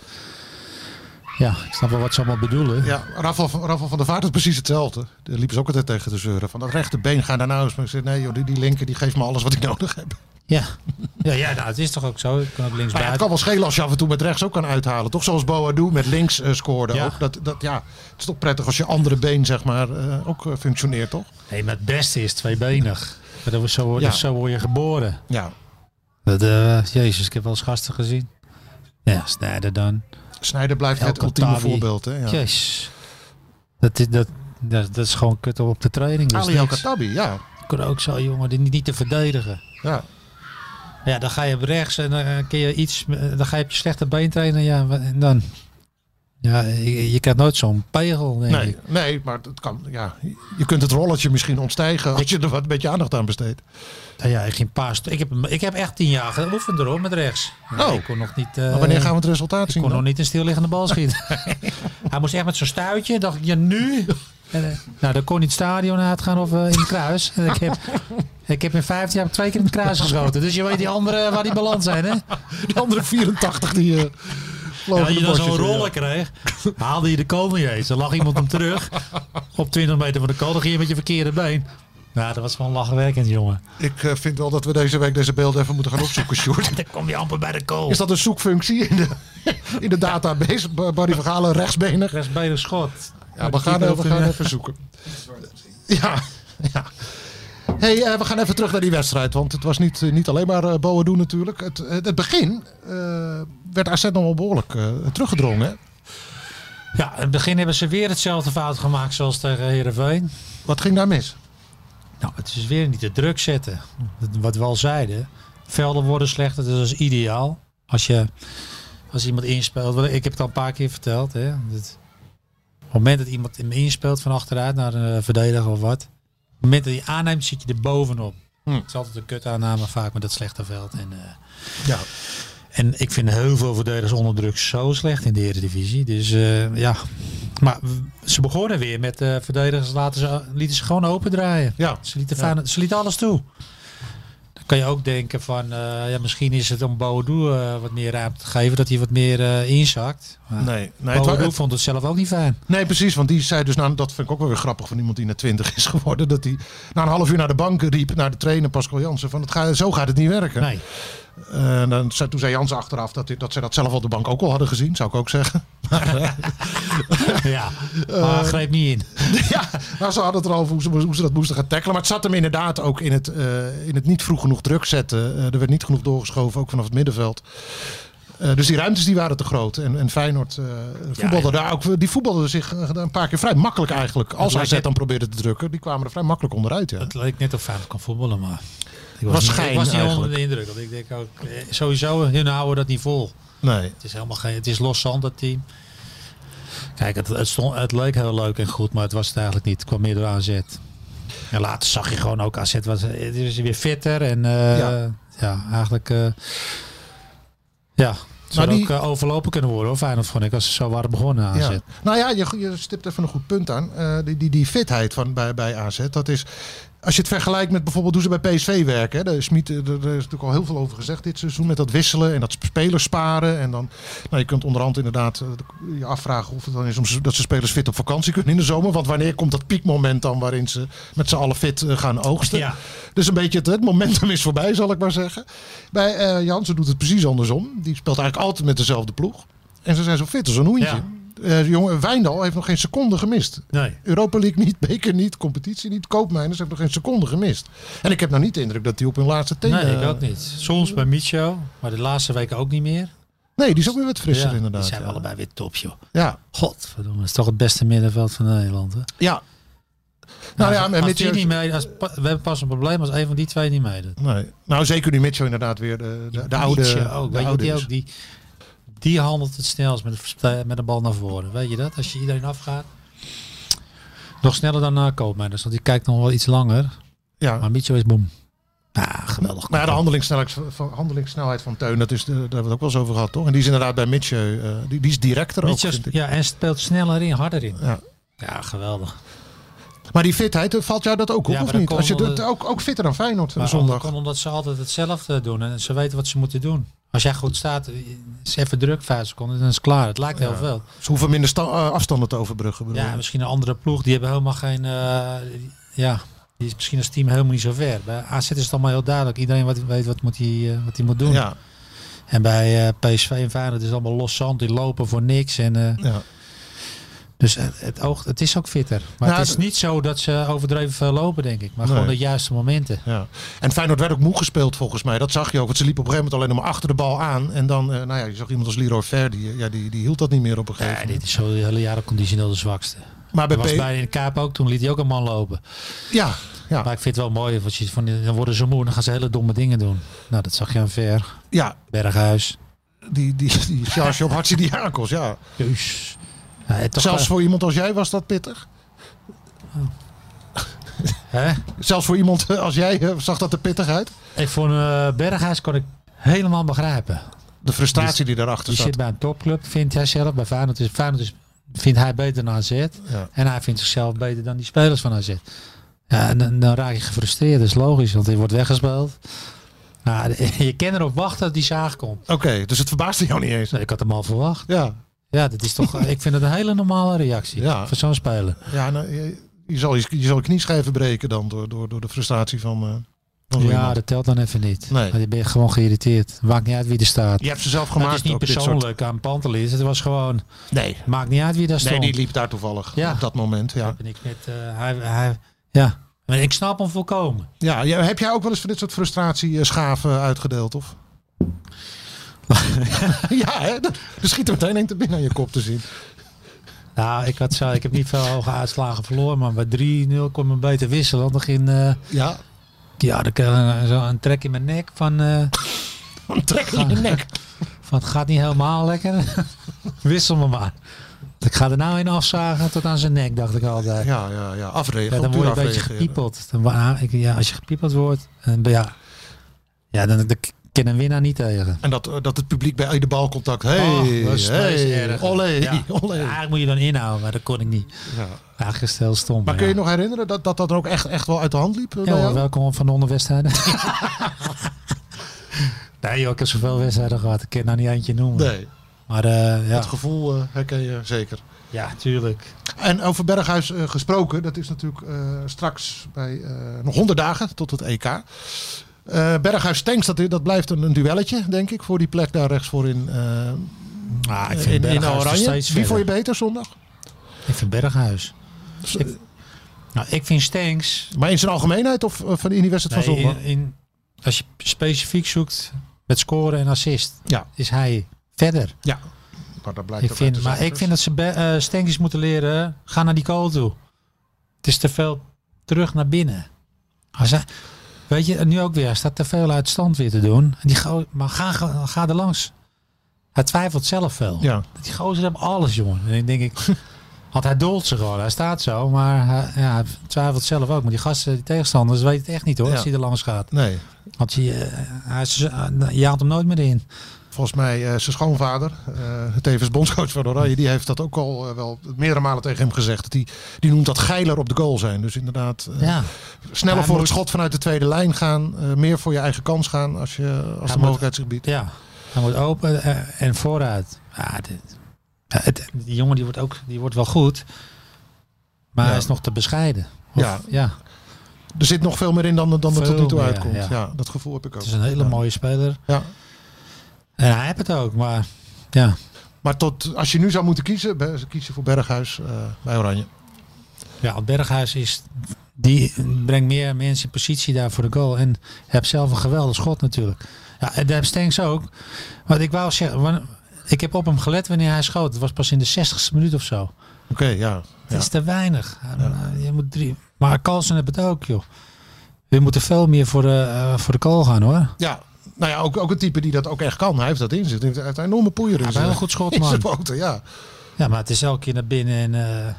Speaker 6: ja, ik snap wel wat ze allemaal bedoelen.
Speaker 5: Ja, Rafael van, Rafael van der Vaart is precies hetzelfde. Daar
Speaker 6: Dus
Speaker 5: liepen ze ook altijd tegen te zeuren. Van dat rechterbeen, ga daar nou eens. Maar ik zei, nee joh, die, die linker die geeft me alles wat ik nodig heb.
Speaker 6: Ja, ja, ja nou, het is toch ook zo. Ik kan ook links
Speaker 5: Maar ja, het kan
Speaker 6: buiten.
Speaker 5: wel schelen als je af en toe met rechts ook kan uithalen. Toch zoals Boadu met links eh, scoorde
Speaker 6: Ja.
Speaker 5: ook. Dat, dat, ja, het is toch prettig als je andere been zeg maar, eh, ook eh, functioneert, toch?
Speaker 6: Nee, maar het beste is tweebenig. Maar dat, zo, word-
Speaker 5: Ja.
Speaker 6: zo word je geboren.
Speaker 5: Ja,
Speaker 6: Dat, eh, Jezus, ik heb wel eens gasten gezien. Ja, Snijder dan.
Speaker 5: Snijder blijft het
Speaker 6: Elke
Speaker 5: ultieme
Speaker 6: Tawi.
Speaker 5: voorbeeld. Hè? Ja.
Speaker 6: Jezus. Dat is, dat, dat, dat is gewoon kut op de training. Dus
Speaker 5: Ali El
Speaker 6: niks.
Speaker 5: Khattabi, ja.
Speaker 6: Kon ook zo, jongen, die niet, niet te verdedigen.
Speaker 5: ja.
Speaker 6: Ja, dan ga je op rechts en dan eh, kun je iets, eh, dan ga je op je slechte been trainen. Ja, wa- en dan? Ja, je, je krijgt nooit zo'n pegel, denk
Speaker 5: Nee,
Speaker 6: ik.
Speaker 5: nee, maar het kan, ja. je kunt het rolletje misschien ontstijgen als je er wat een beetje aandacht aan besteedt.
Speaker 6: Nou ja, ik ging paas. Ik heb, ik heb echt tien jaar geoefend erop met rechts. Maar
Speaker 5: Oh.
Speaker 6: Ik kon nog niet... eh,
Speaker 5: Maar wanneer gaan we het resultaat
Speaker 6: Ik
Speaker 5: zien?
Speaker 6: kon nog
Speaker 5: dan?
Speaker 6: niet een stilliggende bal [LAUGHS] schieten. Hij moest echt met zo'n stuitje. dacht ik, ja nu? En, eh, nou, dan kon hij het stadion uitgaan of eh, in het kruis. En ik, heb, ik heb in 15 jaar twee keer in het kruis geschoten. Dus je weet die anderen waar die balans zijn, hè?
Speaker 5: Die andere 84 die eh
Speaker 6: Ja,
Speaker 5: lopen
Speaker 6: als
Speaker 5: de
Speaker 6: je dan
Speaker 5: bosjes
Speaker 6: zo'n
Speaker 5: in, ja.
Speaker 6: rollen kreeg, haalde je de kool niet eens. Dan lag iemand hem terug op 20 meter van de kool. Dan ging je met je verkeerde been. Nou, dat was gewoon lachwekkend, jongen.
Speaker 5: Ik eh, vind wel dat we deze week deze beelden even moeten gaan opzoeken, Sjoerd.
Speaker 6: [LAUGHS] Dan kom je amper bij de kool.
Speaker 5: Is dat een zoekfunctie in de, in de database? Bar- Barry van Galen, rechtsbenig.
Speaker 6: Rechts bij de schot.
Speaker 5: Ja, we gaan, eh, we gaan even zoeken. [LAUGHS] Ja, ja. Hey, eh, we gaan even terug naar die wedstrijd. Want het was niet, eh, niet alleen maar eh Boadu natuurlijk. Het, het, het begin eh, werd AZ nog wel behoorlijk eh, teruggedrongen. hè?
Speaker 6: Ja, in het begin hebben ze weer hetzelfde fout gemaakt zoals tegen Heerenveen.
Speaker 5: Wat ging daar mis?
Speaker 6: Nou, het is weer niet de druk zetten. Wat we al zeiden. Velden worden slechter, dus dat is ideaal. Als, je, als iemand inspeelt. wel, Ik heb het al een paar keer verteld. Hè? Dat, op het moment dat iemand hem inspeelt van achteruit naar een eh, verdediger of wat. Op het moment dat hij aanneemt, zit je er bovenop. Het is altijd een kut aanname vaak met dat slechte veld. En, eh,
Speaker 5: Ja.
Speaker 6: en ik vind heel veel verdedigers onder druk zo slecht in de Eredivisie. Dus eh, ja. Maar w- ze begonnen weer met eh, verdedigers. Laten ze, lieten ze gewoon opendraaien.
Speaker 5: Ja.
Speaker 6: Ze lieten, Feyenoord- ze lieten alles toe. Dan kan je ook denken van... eh, ja, misschien is het om Boadu eh wat meer ruimte te geven. Dat hij wat meer eh, inzakt. Maar
Speaker 5: Nee, nee, het, wa-
Speaker 6: Boadu
Speaker 5: het-
Speaker 6: vond het zelf ook niet fijn.
Speaker 5: nee, precies. Want die zei dus, nou, dat vind ik ook wel weer grappig van iemand die net 20 is geworden. Dat hij na een half uur naar de bank riep, naar de trainer Pascal Jansen. Van het ga, zo gaat het niet werken. [LAUGHS]
Speaker 6: Nee.
Speaker 5: En dan, zei- toen zei Jansen achteraf dat, dat ze dat zelf op de bank ook al hadden gezien. Zou ik ook zeggen.
Speaker 6: ja. Maar
Speaker 5: Eh.
Speaker 6: hij greep niet
Speaker 5: [LAUGHS]
Speaker 6: in.
Speaker 5: Ja, maar ze hadden het erover hoe ze, hoe ze dat moesten gaan tackelen. Maar het zat hem inderdaad ook in het, eh, in het niet vroeg genoeg druk zetten. Eh, er werd niet genoeg doorgeschoven, ook vanaf het middenveld. Eh, dus die ruimtes die waren te groot. En, en Feyenoord eh voetbalde daar ook. Die voetbalden zich eh, een paar keer vrij makkelijk eigenlijk. Als
Speaker 6: lijkt
Speaker 5: AZ
Speaker 6: het-
Speaker 5: dan probeerde te drukken. Die kwamen er vrij makkelijk onderuit. Ja.
Speaker 6: Het leek net of Feyenoord kon voetballen, maar... Ik
Speaker 5: Was
Speaker 6: was, niet-
Speaker 5: schijn
Speaker 6: ik was niet onder
Speaker 5: eigenlijk.
Speaker 6: de indruk. Want ik denk ook... eh, Sowieso, hun houden dat niet vol.
Speaker 5: Nee.
Speaker 6: Het is helemaal geen. Het is los zand dat team. Kijk, het, het, stond, het leek heel leuk en goed, maar het was het eigenlijk niet. Het kwam meer door AZ. En later zag je gewoon ook AZ was het is weer fitter en eh,
Speaker 5: Ja.
Speaker 6: ja. eigenlijk eh, ja. Het zou
Speaker 5: die-
Speaker 6: ook eh, overlopen kunnen worden, hoor. Feyenoord vond ik als ze zo waren begonnen AZ.
Speaker 5: Ja. Nou ja, je, je stipt even een goed punt aan. Eh, die, die, die fitheid van, bij, bij AZ, dat is... Als je het vergelijkt met bijvoorbeeld hoe ze bij PSV werken. Hè, daar, Smit, eh, daar daar is natuurlijk al heel veel over gezegd dit seizoen. Met dat wisselen en dat sp- spelers sparen. En dan, nou, je kunt onderhand inderdaad eh, je afvragen of het dan is om, ze- dat ze spelers fit op vakantie kunnen in de zomer. Want wanneer komt dat piekmoment dan waarin ze met z'n allen fit eh, gaan oogsten?
Speaker 6: Ja.
Speaker 5: Dus een beetje het, het momentum is voorbij, zal ik maar zeggen. Bij eh Jansen doet het precies andersom. Die speelt eigenlijk altijd met dezelfde ploeg. En ze zijn zo fit als een hoentje.
Speaker 6: Ja.
Speaker 5: Eh, jongen, Wijndal heeft nog geen seconde gemist.
Speaker 6: Nee.
Speaker 5: Europa League niet, [LAUGHS] beker niet, competitie niet. Koopmijners heeft nog geen seconde gemist. En ik heb nou niet de indruk dat hij op hun laatste tenen...
Speaker 6: Nee, ik ook niet. Soms bij Micho, maar de laatste weken ook niet meer.
Speaker 5: Nee, die is ook weer wat frisser
Speaker 6: Ja,
Speaker 5: inderdaad.
Speaker 6: Die zijn
Speaker 5: ja.
Speaker 6: allebei weer top, joh.
Speaker 5: Ja.
Speaker 6: Godverdomme, dat is toch het beste middenveld van Nederland, hè?
Speaker 5: ja. Nou ja,
Speaker 6: als,
Speaker 5: met
Speaker 6: als die niet mee, als, pa- we hebben pas een probleem als een van die twee niet meedoet.
Speaker 5: Nee. Nou, zeker nu Mitchell inderdaad weer de, de, de oude...
Speaker 6: Nietzsche
Speaker 5: de
Speaker 6: ook. oh, Weet je,
Speaker 5: oude
Speaker 6: die,
Speaker 5: is.
Speaker 6: ook die, die handelt het snelst met, een verste- met een bal naar voren. Weet je dat? Als je iedereen afgaat. Nog sneller dan uh, Koopmeiners, want die kijkt nog wel iets langer.
Speaker 5: Ja.
Speaker 6: Maar Micho is boem. Ah, geweldig.
Speaker 5: Maar ja, de handelingssnelheid van, handelingssnelheid van Teun, dat is de, daar hebben we het ook wel eens over gehad, toch? En die is inderdaad bij Mitchell, eh, die, die is directer ook,
Speaker 6: Micho is-
Speaker 5: vind ik.
Speaker 6: ja, en speelt sneller in, harder in.
Speaker 5: Ja.
Speaker 6: Ja, geweldig.
Speaker 5: Maar die fitheid, eh, valt jou dat ook op
Speaker 6: Ja, maar
Speaker 5: of
Speaker 6: dat
Speaker 5: niet?
Speaker 6: kon
Speaker 5: Als je
Speaker 6: wel-
Speaker 5: dat, ook, ook fitter dan Feyenoord
Speaker 6: Maar
Speaker 5: zondag.
Speaker 6: kon omdat ze altijd hetzelfde doen en ze weten wat ze moeten doen. Als jij goed staat, eh, is even druk, vijf seconden, dan is het klaar. Het lijkt heel veel.
Speaker 5: Ze hoeven minder sta- eh, afstanden te overbruggen, bedoel
Speaker 6: Ja,
Speaker 5: ik.
Speaker 6: misschien een andere ploeg. Die hebben helemaal geen. eh, ja, Die is misschien als team helemaal niet zo ver. Bij AZ is het allemaal heel duidelijk. Iedereen wat, weet wat moet hij eh, wat hij moet doen.
Speaker 5: Ja,
Speaker 6: En bij eh, PSV en Feyenoord is het allemaal los zand. Die lopen voor niks. En, eh,
Speaker 5: ja.
Speaker 6: dus het, het, oogt, het is ook fitter. Maar
Speaker 5: Nou,
Speaker 6: het is
Speaker 5: het-
Speaker 6: niet zo dat ze overdreven veel lopen, denk ik. Maar
Speaker 5: Nee.
Speaker 6: gewoon de juiste momenten.
Speaker 5: Ja. En Feyenoord werd ook moe gespeeld volgens mij. Dat zag je ook. Want ze liepen op een gegeven moment alleen maar achter de bal aan. En dan, eh, nou ja, je zag iemand als Leroy Ver. Die, eh, ja, die, die hield dat niet meer op een gegeven
Speaker 6: Ja,
Speaker 5: moment.
Speaker 6: dit is zo de hele jaren conditioneel de zwakste.
Speaker 5: maar bij
Speaker 6: Dat was
Speaker 5: P...
Speaker 6: bij in de Kaap ook. Toen liet hij ook een man lopen.
Speaker 5: Ja, ja.
Speaker 6: Maar ik vind het wel mooi. Want je, van, dan worden ze moe en dan gaan ze hele domme dingen doen. Nou, dat zag je aan Ver.
Speaker 5: ja,
Speaker 6: Berghuis.
Speaker 5: die, die, die charge op hartstikke die aankomst. Ja.
Speaker 6: Jeus. Ja, het toch
Speaker 5: Zelfs
Speaker 6: wel-
Speaker 5: voor iemand als jij was dat pittig.
Speaker 6: eh, hè?
Speaker 5: Zelfs voor iemand eh, als jij eh, zag dat er pittig uit.
Speaker 6: Ik vond eh, Berghuis kon ik helemaal begrijpen.
Speaker 5: De frustratie die daarachter
Speaker 6: Die
Speaker 5: zat.
Speaker 6: zit bij een topclub, vindt hij zelf. Bij Feyenoord, is, Feyenoord is, vindt hij beter dan AZ.
Speaker 5: Ja.
Speaker 6: En hij vindt zichzelf beter dan die spelers van AZ. Ja, en dan, dan raak je gefrustreerd. Dat is logisch, want hij wordt weggespeeld. Nou, [LAUGHS] je kan erop wachten dat die zaag komt.
Speaker 5: Oké, dus het verbaasde jou niet eens.
Speaker 6: Nou, ik had hem al verwacht.
Speaker 5: Ja,
Speaker 6: Ja, dat is
Speaker 5: [LAUGHS]
Speaker 6: toch, ik vind het een hele normale reactie
Speaker 5: Ja.
Speaker 6: voor zo'n speler.
Speaker 5: ja nou, je, je zal je, je zal je knieschijven breken dan door, door, door de frustratie van, eh van zo
Speaker 6: Ja,
Speaker 5: iemand.
Speaker 6: dat telt dan even niet.
Speaker 5: Nee.
Speaker 6: Maar je bent gewoon geïrriteerd. Maakt niet uit wie er staat.
Speaker 5: Je hebt ze zelf
Speaker 6: Maar
Speaker 5: gemaakt.
Speaker 6: het is niet
Speaker 5: ook, dit soort-
Speaker 6: persoonlijk aan Pantelis. Het was gewoon,
Speaker 5: Nee,
Speaker 6: maakt niet uit wie daar stond.
Speaker 5: nee, die liep daar toevallig
Speaker 6: Ja.
Speaker 5: op dat moment. Ja.
Speaker 6: En ik met, eh, hij, hij, ja. Maar ik snap hem volkomen.
Speaker 5: Ja, ja, heb jij ook wel eens van dit soort frustratie eh, schaven uitgedeeld?
Speaker 6: [LAUGHS]
Speaker 5: Of? ja, hè? Dat- Er schiet er meteen een te binnen aan je kop te zien.
Speaker 6: Nou, ik, had zo, ik heb niet veel hoge uitslagen verloren, maar bij 3-0 kon men beter wisselen. Want dan ging, eh,
Speaker 5: Ja,
Speaker 6: ja, dan kreeg ik een- zo een trek in mijn nek van, eh,
Speaker 5: [LAUGHS] een trek in je nek.
Speaker 6: van het gaat niet helemaal lekker. [LAUGHS] Wissel me maar. Ik ga er nou in afzagen tot aan zijn nek, dacht ik altijd. Ja,
Speaker 5: Ja, ja, ja. Afregen.
Speaker 6: dan
Speaker 5: puur
Speaker 6: word je een beetje
Speaker 5: afreageren.
Speaker 6: gepiepeld. Dan, wa- ah, ik- ja, als je gepiepeld wordt, en, ja, ja, dan, dan kan een winnaar niet tegen.
Speaker 5: En dat, eh, dat het publiek bij ieder balcontact. Hé,
Speaker 6: Oh, dat is- dat is
Speaker 5: hey,
Speaker 6: erg.
Speaker 5: olé,
Speaker 6: Ja.
Speaker 5: [LAUGHS] olé.
Speaker 6: Eigenlijk moet je dan inhouden, maar dat kon ik niet.
Speaker 5: Ja.
Speaker 6: Eigenlijk is het heel stom.
Speaker 5: Maar kun je
Speaker 6: ja.
Speaker 5: nog herinneren dat dat, dat er ook echt, echt wel uit de hand liep? eh, bij
Speaker 6: Ja, hoor,
Speaker 5: jou?
Speaker 6: welkom van de
Speaker 5: [LAUGHS]
Speaker 6: onderwedstrijden. nee joh, ik heb zoveel wedstrijden gehad. Ik kan er nou niet eentje noemen.
Speaker 5: Nee,
Speaker 6: Maar eh, ja.
Speaker 5: dat gevoel eh, herken je zeker.
Speaker 6: ja, tuurlijk.
Speaker 5: En over Berghuis eh, gesproken, dat is natuurlijk eh, straks bij eh, nog 100 dagen tot het EK. Eh, Berghuis tanks, dat, dat blijft een, een duelletje, denk ik, voor die plek daar rechts voorin eh
Speaker 6: Ah, ik vind
Speaker 5: in, in
Speaker 6: Berghuis nog
Speaker 5: Oranje. Wie
Speaker 6: steeds verder.
Speaker 5: vond je beter zondag?
Speaker 6: Ik vind Berghuis. Ik, nou, ik vind Stenks...
Speaker 5: Maar in zijn algemeenheid of eh, van in die wedstrijd
Speaker 6: Nee,
Speaker 5: van zondag?
Speaker 6: in, in- als je specifiek zoekt met scoren en assist,
Speaker 5: Ja.
Speaker 6: is hij verder.
Speaker 5: Ja, maar dat blijkt
Speaker 6: Ik
Speaker 5: ook
Speaker 6: vind,
Speaker 5: uit de
Speaker 6: maar ik
Speaker 5: cijfers.
Speaker 6: vind dat ze be- eh, Stenks moeten leren, ga naar die goal toe. Het is te veel terug naar binnen. Als hij- weet je, en nu ook weer, hij staat te veel uit stand weer te doen. En die gozer- maar ga, ga, ga er langs. Hij twijfelt zelf veel.
Speaker 5: Ja,
Speaker 6: Die gozer hebben alles, jongen. En ik denk
Speaker 5: [LAUGHS]
Speaker 6: ik, want hij doelt ze gewoon. Hij staat zo, maar hij, ja, hij twijfelt zelf ook. Maar die gasten, die tegenstanders, weten het echt niet hoor,
Speaker 5: Ja.
Speaker 6: als hij er langs gaat.
Speaker 5: nee.
Speaker 6: Want je, eh, hij is, eh, je haalt hem nooit meer in.
Speaker 5: Volgens mij eh, zijn schoonvader, eh tevens bondscoach van Oranje, die heeft dat ook al eh, wel meerdere malen tegen hem gezegd. Dat Die, die noemt dat geiler op de goal zijn. Dus inderdaad, eh,
Speaker 6: Ja.
Speaker 5: sneller
Speaker 6: Hij
Speaker 5: voor
Speaker 6: moet-
Speaker 5: het schot vanuit de tweede lijn gaan. eh, meer voor je eigen kans gaan als, je, als de
Speaker 6: moet-
Speaker 5: mogelijkheid zich biedt.
Speaker 6: Ja, hij moet open eh, en vooruit. Ja, dit- ja, het, die jongen die wordt, ook, die wordt wel goed, maar
Speaker 5: Ja.
Speaker 6: hij is nog te bescheiden. Of-
Speaker 5: Ja.
Speaker 6: ja,
Speaker 5: Er zit nog veel meer in dan, dan er tot
Speaker 6: Veel
Speaker 5: nu toe
Speaker 6: meer,
Speaker 5: uitkomt. Ja.
Speaker 6: ja.
Speaker 5: dat gevoel heb ik ook.
Speaker 6: het is een hele
Speaker 5: Ja.
Speaker 6: mooie speler.
Speaker 5: Ja.
Speaker 6: En hij heeft het ook, maar ja.
Speaker 5: Maar tot, als je nu zou moeten kiezen, be- kiezen voor Berghuis eh, bij Oranje.
Speaker 6: Ja, want Berghuis is, die brengt meer mensen in positie daar voor de goal. En heb zelf een geweldig schot natuurlijk. Ja, en daar heeft Stenks ook. Wat ik wou zeggen, wan- ik heb op hem gelet wanneer hij schoot. Het was pas in de 60ste minuut of zo.
Speaker 5: Oké, ja.
Speaker 6: Het is te weinig. eh, Je moet drie. Maar Carlsen heeft het ook, joh. We moeten veel meer voor de, eh, voor de goal gaan, hoor.
Speaker 5: Ja, nou ja, ook, ook een type die dat ook echt kan. Hij heeft dat in zich. Hij heeft- hij heeft een enorme poeier in
Speaker 6: Hij
Speaker 5: zijn
Speaker 6: heeft een goed [LAUGHS] schot,
Speaker 5: [LAUGHS] in zijn
Speaker 6: man.
Speaker 5: poten, ja.
Speaker 6: Ja, maar het is elke keer naar binnen en... eh,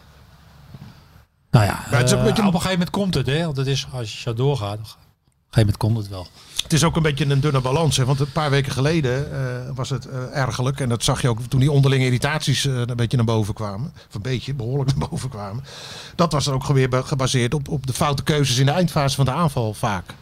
Speaker 6: nou ja,
Speaker 5: het is ook
Speaker 6: eh,
Speaker 5: een beetje
Speaker 6: op
Speaker 5: een-
Speaker 6: een gegeven moment komt het, hè. Want het is, als je zo doorgaat, op een gegeven moment komt het wel.
Speaker 5: Het is ook een beetje een dunne balans. Hè? Want een paar weken geleden eh, was het eh, ergerlijk. En dat zag je ook toen die onderlinge irritaties eh, een beetje naar boven kwamen. Of een beetje, behoorlijk naar boven kwamen. Dat was er ook weer be- gebaseerd op, op de foute keuzes in de eindfase van de aanval vaak.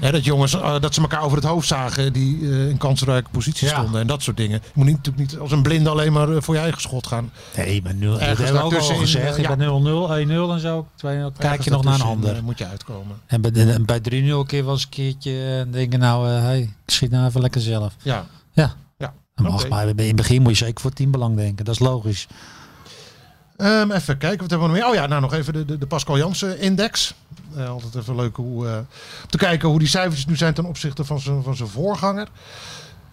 Speaker 5: Hè, dat jongens, eh, dat ze elkaar over het hoofd zagen die eh, in kansrijke posities
Speaker 6: Ja.
Speaker 5: stonden en dat soort dingen. Je moet niet, natuurlijk niet als een blinde alleen maar eh, voor je eigen schot gaan.
Speaker 6: Nee, maar 0
Speaker 5: Ergens
Speaker 6: Dat hebben we ook al
Speaker 5: daartussenin,
Speaker 6: gezegd.
Speaker 5: eh,
Speaker 6: Je
Speaker 5: ja.
Speaker 6: bent 0-0, 1-0 en zo. 2-0. Kijk
Speaker 5: Ergens
Speaker 6: je nog naar een
Speaker 5: daartussenin,
Speaker 6: ander.
Speaker 5: eh, moet je uitkomen.
Speaker 6: En bij, de- bij 3-0 keer was een keertje eh, denken, nou, eh, hey, ik schiet nou even lekker zelf.
Speaker 5: Ja,
Speaker 6: Ja,
Speaker 5: ja.
Speaker 6: dat mag.
Speaker 5: Oké.
Speaker 6: Maar in het begin moet je zeker voor het teambelang denken. Dat is logisch.
Speaker 5: Ehm, even kijken, wat hebben we nog meer? Oh ja, nou nog even de, de, de Pascal Jansen-index. Eh, altijd even leuk hoe, eh, om te kijken hoe die cijfers nu zijn ten opzichte van zijn van zijn voorganger.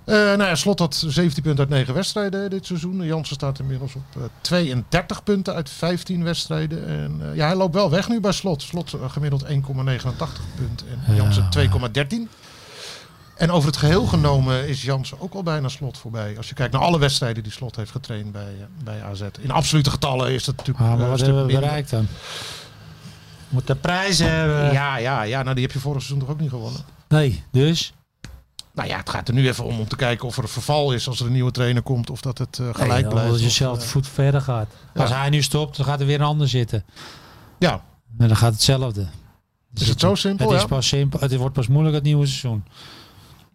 Speaker 5: Eh nou ja, Slot had 17 punten uit 9 wedstrijden dit seizoen. Jansen staat inmiddels op eh, 32 punten uit 15 wedstrijden. En, eh, ja, hij loopt wel weg nu bij Slot. Slot eh, gemiddeld 1,89 punt en Jansen 2,13. En over het geheel genomen is Jansen ook al bijna slot voorbij. Als je kijkt naar alle wedstrijden die slot heeft getraind bij, eh, bij AZ. In absolute getallen is dat natuurlijk.
Speaker 6: Ah, maar
Speaker 5: eh,
Speaker 6: wat
Speaker 5: een
Speaker 6: hebben we
Speaker 5: stuk minder.
Speaker 6: bereikt dan? Moet de prijs hebben.
Speaker 5: Ja, ja, ja. Nou, die heb je vorig seizoen toch ook niet gewonnen.
Speaker 6: Nee, dus?
Speaker 5: Nou ja, het gaat er nu even om om te kijken of er een verval is als er een nieuwe trainer komt. Of dat het eh, gelijk
Speaker 6: Nee,
Speaker 5: blijft.
Speaker 6: Als je
Speaker 5: Of,
Speaker 6: zelf de
Speaker 5: eh,
Speaker 6: voet verder gaat.
Speaker 5: ja.
Speaker 6: Als hij nu stopt, dan gaat er weer een ander zitten.
Speaker 5: ja,
Speaker 6: En dan gaat hetzelfde.
Speaker 5: is het zo simpel?
Speaker 6: Het, is
Speaker 5: ja?
Speaker 6: pas simpel, het wordt pas moeilijk het nieuwe seizoen.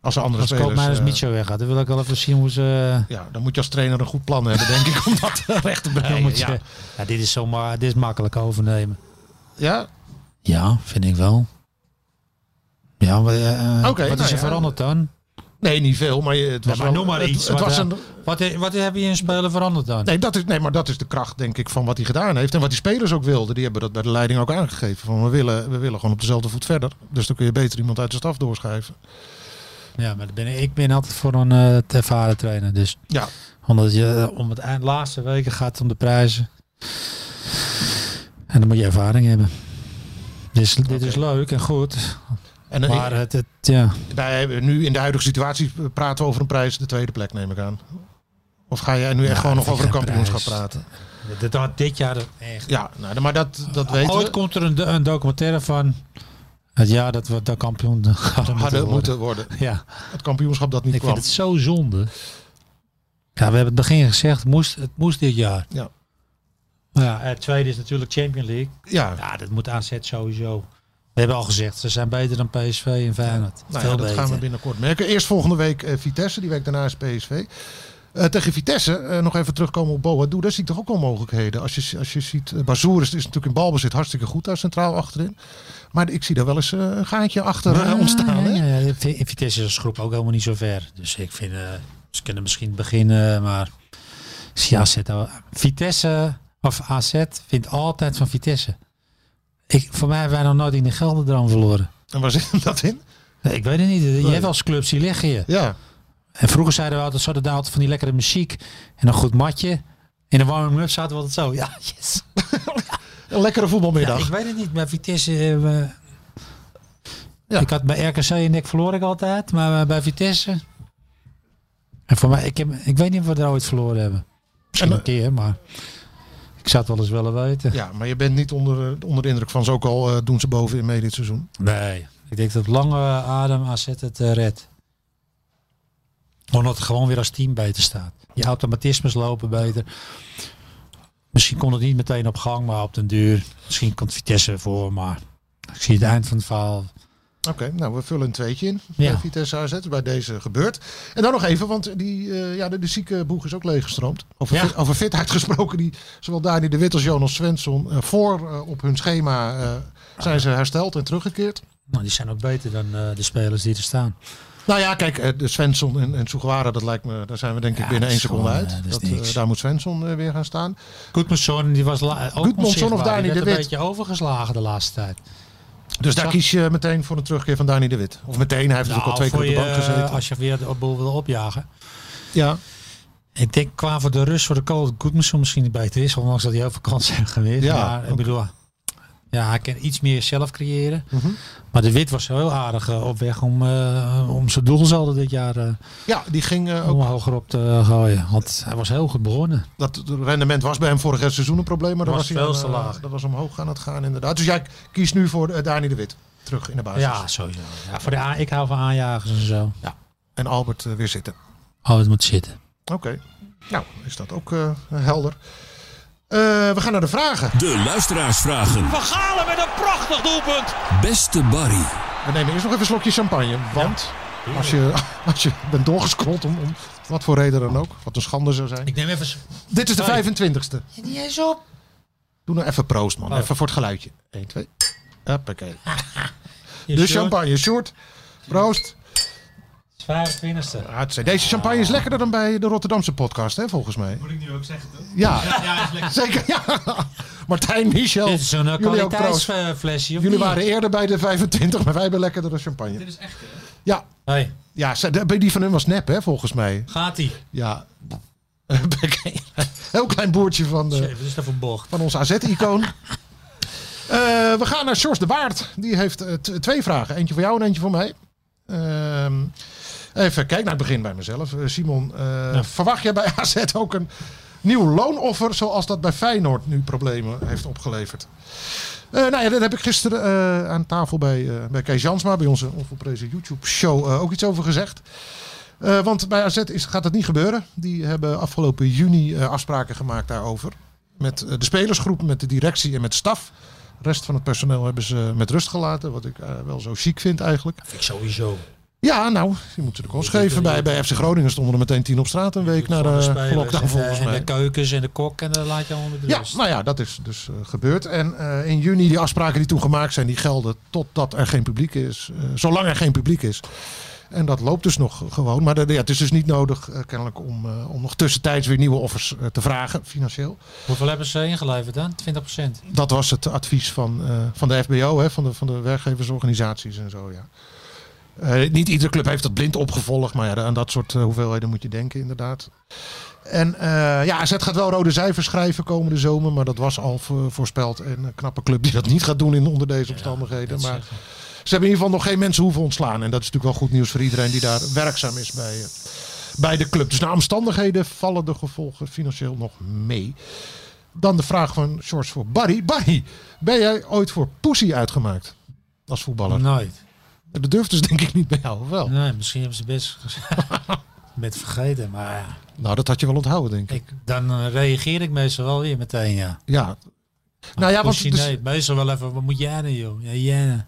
Speaker 5: Als er andere
Speaker 6: Als
Speaker 5: spelers...
Speaker 6: Koopmeiners
Speaker 5: eh,
Speaker 6: niet zo weggaat, dan wil ik wel even zien hoe ze... eh,
Speaker 5: ja, dan moet je als trainer een goed plan hebben, denk ik, om dat eh,
Speaker 6: [LAUGHS]
Speaker 5: recht te
Speaker 6: Dan
Speaker 5: breien.
Speaker 6: moet je-
Speaker 5: Ja.
Speaker 6: ja. dit is zomaar, dit is makkelijk overnemen.
Speaker 5: ja,
Speaker 6: Ja, vind ik wel. Ja, maar, eh,
Speaker 5: Oké,
Speaker 6: wat
Speaker 5: nou
Speaker 6: is er
Speaker 5: ja.
Speaker 6: veranderd dan?
Speaker 5: nee, niet veel, maar je- het was
Speaker 6: maar
Speaker 5: wel-
Speaker 6: noem maar
Speaker 5: het-
Speaker 6: iets
Speaker 5: Het,
Speaker 6: wat,
Speaker 5: was
Speaker 6: eh,
Speaker 5: een,
Speaker 6: Wat, i- wat heb je in spelen veranderd dan?
Speaker 5: Nee, dat is, nee, maar dat is de kracht, denk ik, van wat hij gedaan heeft. En wat die spelers ook wilden. Die hebben dat bij de leiding ook aangegeven. Van we willen, we willen gewoon op dezelfde voet verder. Dus dan kun je beter iemand uit de staf doorschuiven.
Speaker 6: Ja, maar ben ik, ik ben altijd voor een eh, te ervaren trainer. Dus
Speaker 5: Ja.
Speaker 6: omdat je om het eind laatste weken gaat het om de prijzen. En dan moet je ervaring hebben. Dus dit is leuk en goed.
Speaker 5: En eh,
Speaker 6: Maar het, het ja.
Speaker 5: wij hebben nu in de huidige situatie eh, praten we over een prijs, de tweede plek, neem ik aan. Of ga jij nu echt
Speaker 6: Ja,
Speaker 5: gewoon nog
Speaker 6: Nou, vind
Speaker 5: over
Speaker 6: ik
Speaker 5: een
Speaker 6: een
Speaker 5: kampioenschap
Speaker 6: prijs.
Speaker 5: praten?
Speaker 6: Dat had dit jaar echt.
Speaker 5: Ja, nou, maar dat, dat weten
Speaker 6: Ooit
Speaker 5: we.
Speaker 6: komt er een, do- een documentaire van het jaar dat we de kampioen [LAUGHS] hadden moeten
Speaker 5: Hadden
Speaker 6: worden.
Speaker 5: moeten worden.
Speaker 6: Ja,
Speaker 5: Het kampioenschap dat niet
Speaker 6: ik
Speaker 5: kwam.
Speaker 6: vind het zo zonde. Ja, we hebben het begin gezegd, het moest, het moest dit jaar.
Speaker 5: Ja.
Speaker 6: Maar Nou ja, het tweede is natuurlijk Champion League.
Speaker 5: Ja, nou
Speaker 6: Ja, dat moet AZ sowieso. We hebben al gezegd, ze zijn beter dan PSV en Feyenoord.
Speaker 5: Nou
Speaker 6: Veel
Speaker 5: ja, dat
Speaker 6: beter.
Speaker 5: gaan we binnenkort merken. Eerst volgende week eh, Vitesse, die week daarna is PSV. Eh, tegen Vitesse, eh, nog even terugkomen op Boadu. Daar zie ik toch ook wel mogelijkheden. Als je, als je ziet, eh, Bazoer is, is natuurlijk in balbezit hartstikke goed daar centraal achterin. Maar ik zie daar wel eens eh, een gaatje achter eh,
Speaker 6: Ja,
Speaker 5: ontstaan. Hè?
Speaker 6: ja, ja, ja. Vi- Vitesse is als groep ook helemaal niet zo ver. Dus ik vind, eh, ze kunnen misschien beginnen, maar ik zie AZ. al- Vitesse of AZ vindt altijd van Vitesse. Ik, voor mij hebben wij nog nooit in de Gelderdraam verloren.
Speaker 5: En waar zit hem dat in?
Speaker 6: Nee, Ik weet het niet. Je hebt als clubs, die liggen je.
Speaker 5: Ja,
Speaker 6: En vroeger zeiden we altijd, ze hadden altijd van die lekkere muziek en een goed matje. In een warming-up zaten we altijd zo. Ja, yes.
Speaker 5: een lekkere
Speaker 6: Ja,
Speaker 5: voetbalmiddag.
Speaker 6: ik weet het niet, maar Vitesse... eh, eh,
Speaker 5: Ja.
Speaker 6: Ik had bij RKC en Nek verloor ik altijd, maar eh, bij Vitesse... En voor mij, ik, heb, ik weet niet of we er ooit verloren hebben. Misschien
Speaker 5: En,
Speaker 6: een keer, maar ik zou het wel eens willen weten.
Speaker 5: ja, maar je bent niet onder, eh, onder de indruk van ze ook al eh, doen ze bovenin mee dit seizoen.
Speaker 6: Nee. Ik denk dat lange adem AZ het eh, redt. Omdat het gewoon weer als team beter staat. Je automatismes lopen beter. Misschien komt het niet meteen op gang, maar op den duur. Misschien komt Vitesse voor, maar ik zie het eind van het verhaal.
Speaker 5: Oké, nou we vullen een tweetje in.
Speaker 6: Ja.
Speaker 5: Bij Vitesse AZ, bij deze gebeurt. En dan nog even, want die, eh, ja, de, de zieke boeg is ook leeggestroomd. Over,
Speaker 6: Ja.
Speaker 5: fit, over fitheid [LAUGHS] gesproken, die, zowel Dani de Wit als Jonas Svensson eh, voor eh, op hun schema eh, zijn ze hersteld en teruggekeerd.
Speaker 6: Nou, die zijn ook beter dan eh, de spelers die er staan.
Speaker 5: Nou ja, kijk, eh, de Svensson en, en Sugawara, dat lijkt me, daar zijn we denk ik
Speaker 6: Ja,
Speaker 5: binnen
Speaker 6: dat
Speaker 5: één
Speaker 6: is
Speaker 5: seconde
Speaker 6: gewoon,
Speaker 5: uit.
Speaker 6: eh, dat is
Speaker 5: Dat, eh,
Speaker 6: niks.
Speaker 5: daar moet Svensson eh, weer gaan staan.
Speaker 6: Goedmanson, die was la- ook
Speaker 5: Gudmundsson of
Speaker 6: onzichtbaar.
Speaker 5: Dani
Speaker 6: Die werd
Speaker 5: de Wit?
Speaker 6: een beetje overgeslagen de laatste tijd.
Speaker 5: Dus daar
Speaker 6: Zag-
Speaker 5: kies je meteen voor een terugkeer van Dani de Wit. Of meteen, hij heeft natuurlijk al twee keer
Speaker 6: voor
Speaker 5: op de
Speaker 6: je,
Speaker 5: bank gezeten.
Speaker 6: eh, Als je weer de boel wil opjagen.
Speaker 5: Ja,
Speaker 6: Ik denk qua voor de rust voor de kool dat Goodmanson misschien niet beter is. Ondanks dat hij heel veel kansen heeft geweest.
Speaker 5: Ja,
Speaker 6: maar ik
Speaker 5: ook.
Speaker 6: bedoel, ja, hij kan iets meer zelf creëren.
Speaker 5: Mhm.
Speaker 6: Maar de Wit was heel aardig eh, op weg om, eh, om zijn doelzalde dit jaar eh
Speaker 5: ja die ging eh, ook
Speaker 6: om hoger op te gooien. Want hij was heel goed begonnen.
Speaker 5: Dat het rendement was bij hem vorig seizoen een probleem, maar dat was,
Speaker 6: Was
Speaker 5: hij
Speaker 6: veel
Speaker 5: aan,
Speaker 6: te
Speaker 5: eh,
Speaker 6: laag.
Speaker 5: Dat was omhoog aan het gaan inderdaad. Dus jij kiest nu voor eh, Dani de Wit terug in de basis.
Speaker 6: Ja, sowieso. Ja, voor de A, ik hou van aanjagers en zo.
Speaker 5: En Albert eh, weer zitten.
Speaker 6: Oh, het moet zitten.
Speaker 5: Oké. Nou, is dat ook eh, helder. Eh, we gaan naar de vragen.
Speaker 7: De luisteraarsvragen.
Speaker 3: Van Galen met een prachtig doelpunt.
Speaker 7: Beste Barry,
Speaker 5: We nemen eerst nog even een slokje champagne. Want als, je, [LAUGHS] als je bent doorgescrollt, om, om wat voor reden dan ook, wat een schande zou zijn.
Speaker 6: Ik neem even...
Speaker 5: Dit is de
Speaker 6: Hoi.
Speaker 5: 25ste.
Speaker 6: Niet eens op.
Speaker 5: Doe nou even proost, man.
Speaker 6: Oh.
Speaker 5: Even voor het geluidje. 1, 2. Hoppakee. De champagne, short. Proost.
Speaker 6: 25 e
Speaker 5: Hartstikke. Deze champagne is lekkerder dan bij de Rotterdamse podcast, hè, volgens mij.
Speaker 9: Moet ik nu ook zeggen, toch?
Speaker 5: Ja,
Speaker 9: Ja, is lekker.
Speaker 5: [LAUGHS] zeker. Ja. Martijn, Michel.
Speaker 6: Dit is een eh,
Speaker 5: jullie ook proost.
Speaker 6: kwaliteitsflesje. of
Speaker 5: Jullie
Speaker 6: niet?
Speaker 5: waren eerder bij de 25, maar wij hebben lekkerdere champagne.
Speaker 9: Dit is echt, hè?
Speaker 5: Ja,
Speaker 6: Hey,
Speaker 5: ja ze- de- bij die van hun was nep, hè, volgens mij.
Speaker 6: gaat-ie.
Speaker 5: Ja. [LAUGHS] Hoppakee. Heel klein boertje van, de,
Speaker 6: Even, dus dat een bocht.
Speaker 5: van ons AZ-icoon. we gaan naar Sjors de Baard. Die heeft eh, t- twee vragen. Eentje voor jou en eentje voor mij. Ehm, even kijken naar het begin bij mezelf. Eh, Simon, eh, verwacht jij bij [LAUGHS] AZ ook een nieuw loonoffer... zoals dat bij Feyenoord nu problemen heeft opgeleverd? Eh, nou ja, dat heb ik gisteren eh, aan tafel bij, eh, bij Kees Jansma... bij onze onvolprezen YouTube-show eh, ook iets over gezegd. Eh, want bij AZ is, gaat dat niet gebeuren. Die hebben afgelopen juni eh, afspraken gemaakt daarover. Met eh, de spelersgroep, met de directie en met staf. De rest van het personeel hebben ze met rust gelaten. Wat ik eh, wel zo chic vind eigenlijk.
Speaker 6: Vind ik sowieso.
Speaker 5: Ja, nou, je moet ze de kost geven. Bij, bij FC Groningen stonden er meteen tien op straat een week na
Speaker 6: Van de
Speaker 5: de
Speaker 6: spelers
Speaker 5: lockdown
Speaker 6: en, eh,
Speaker 5: volgens
Speaker 6: en
Speaker 5: mij.
Speaker 6: de keukens en de kok en dat laat je allemaal met
Speaker 5: Ja,
Speaker 6: rust.
Speaker 5: nou ja, dat is dus eh, gebeurd. En eh, in juni, die afspraken die toen gemaakt zijn, die gelden totdat er geen publiek is. eh, zolang er geen publiek is. En dat loopt dus nog gewoon. Maar dat- ja, het is dus niet nodig, eh, kennelijk, om, eh, om nog tussentijds weer nieuwe offers eh, te vragen, financieel.
Speaker 6: Hoeveel hebben ze ingeleverd dan? 20
Speaker 5: Dat was het advies van, eh, van de FBO, hè, van, de, van de werkgeversorganisaties en zo, ja. Eh, niet iedere club heeft dat blind opgevolgd, maar ja, aan dat soort eh, hoeveelheden moet je denken, inderdaad. En eh, ja, AZ gaat wel rode cijfers schrijven komende zomer, maar dat was al vo- voorspeld. En een knappe club die dat niet gaat doen in, onder deze omstandigheden. Maar ze hebben in ieder geval nog geen mensen hoeven ontslaan. En dat is natuurlijk wel goed nieuws voor iedereen die daar werkzaam is bij, eh, bij de club. Dus naar omstandigheden vallen de gevolgen financieel nog mee. Dan de vraag van George voor Barry. Barry, ben jij ooit voor Pussy uitgemaakt als voetballer?
Speaker 6: Nooit.
Speaker 5: Dat durft dus denk ik niet bij jou, of wel?
Speaker 6: Nee, misschien hebben ze best [LAUGHS] gez- met vergeten, maar
Speaker 5: Nou, dat had je wel onthouden, denk ik.
Speaker 6: ik, dan eh, reageer ik meestal wel weer meteen, ja.
Speaker 5: Ja. Nou ja, want
Speaker 6: Pussy,
Speaker 5: het is-
Speaker 6: nee, meestal wel even, wat moet jij nou joh? Ja, ja.
Speaker 5: ja,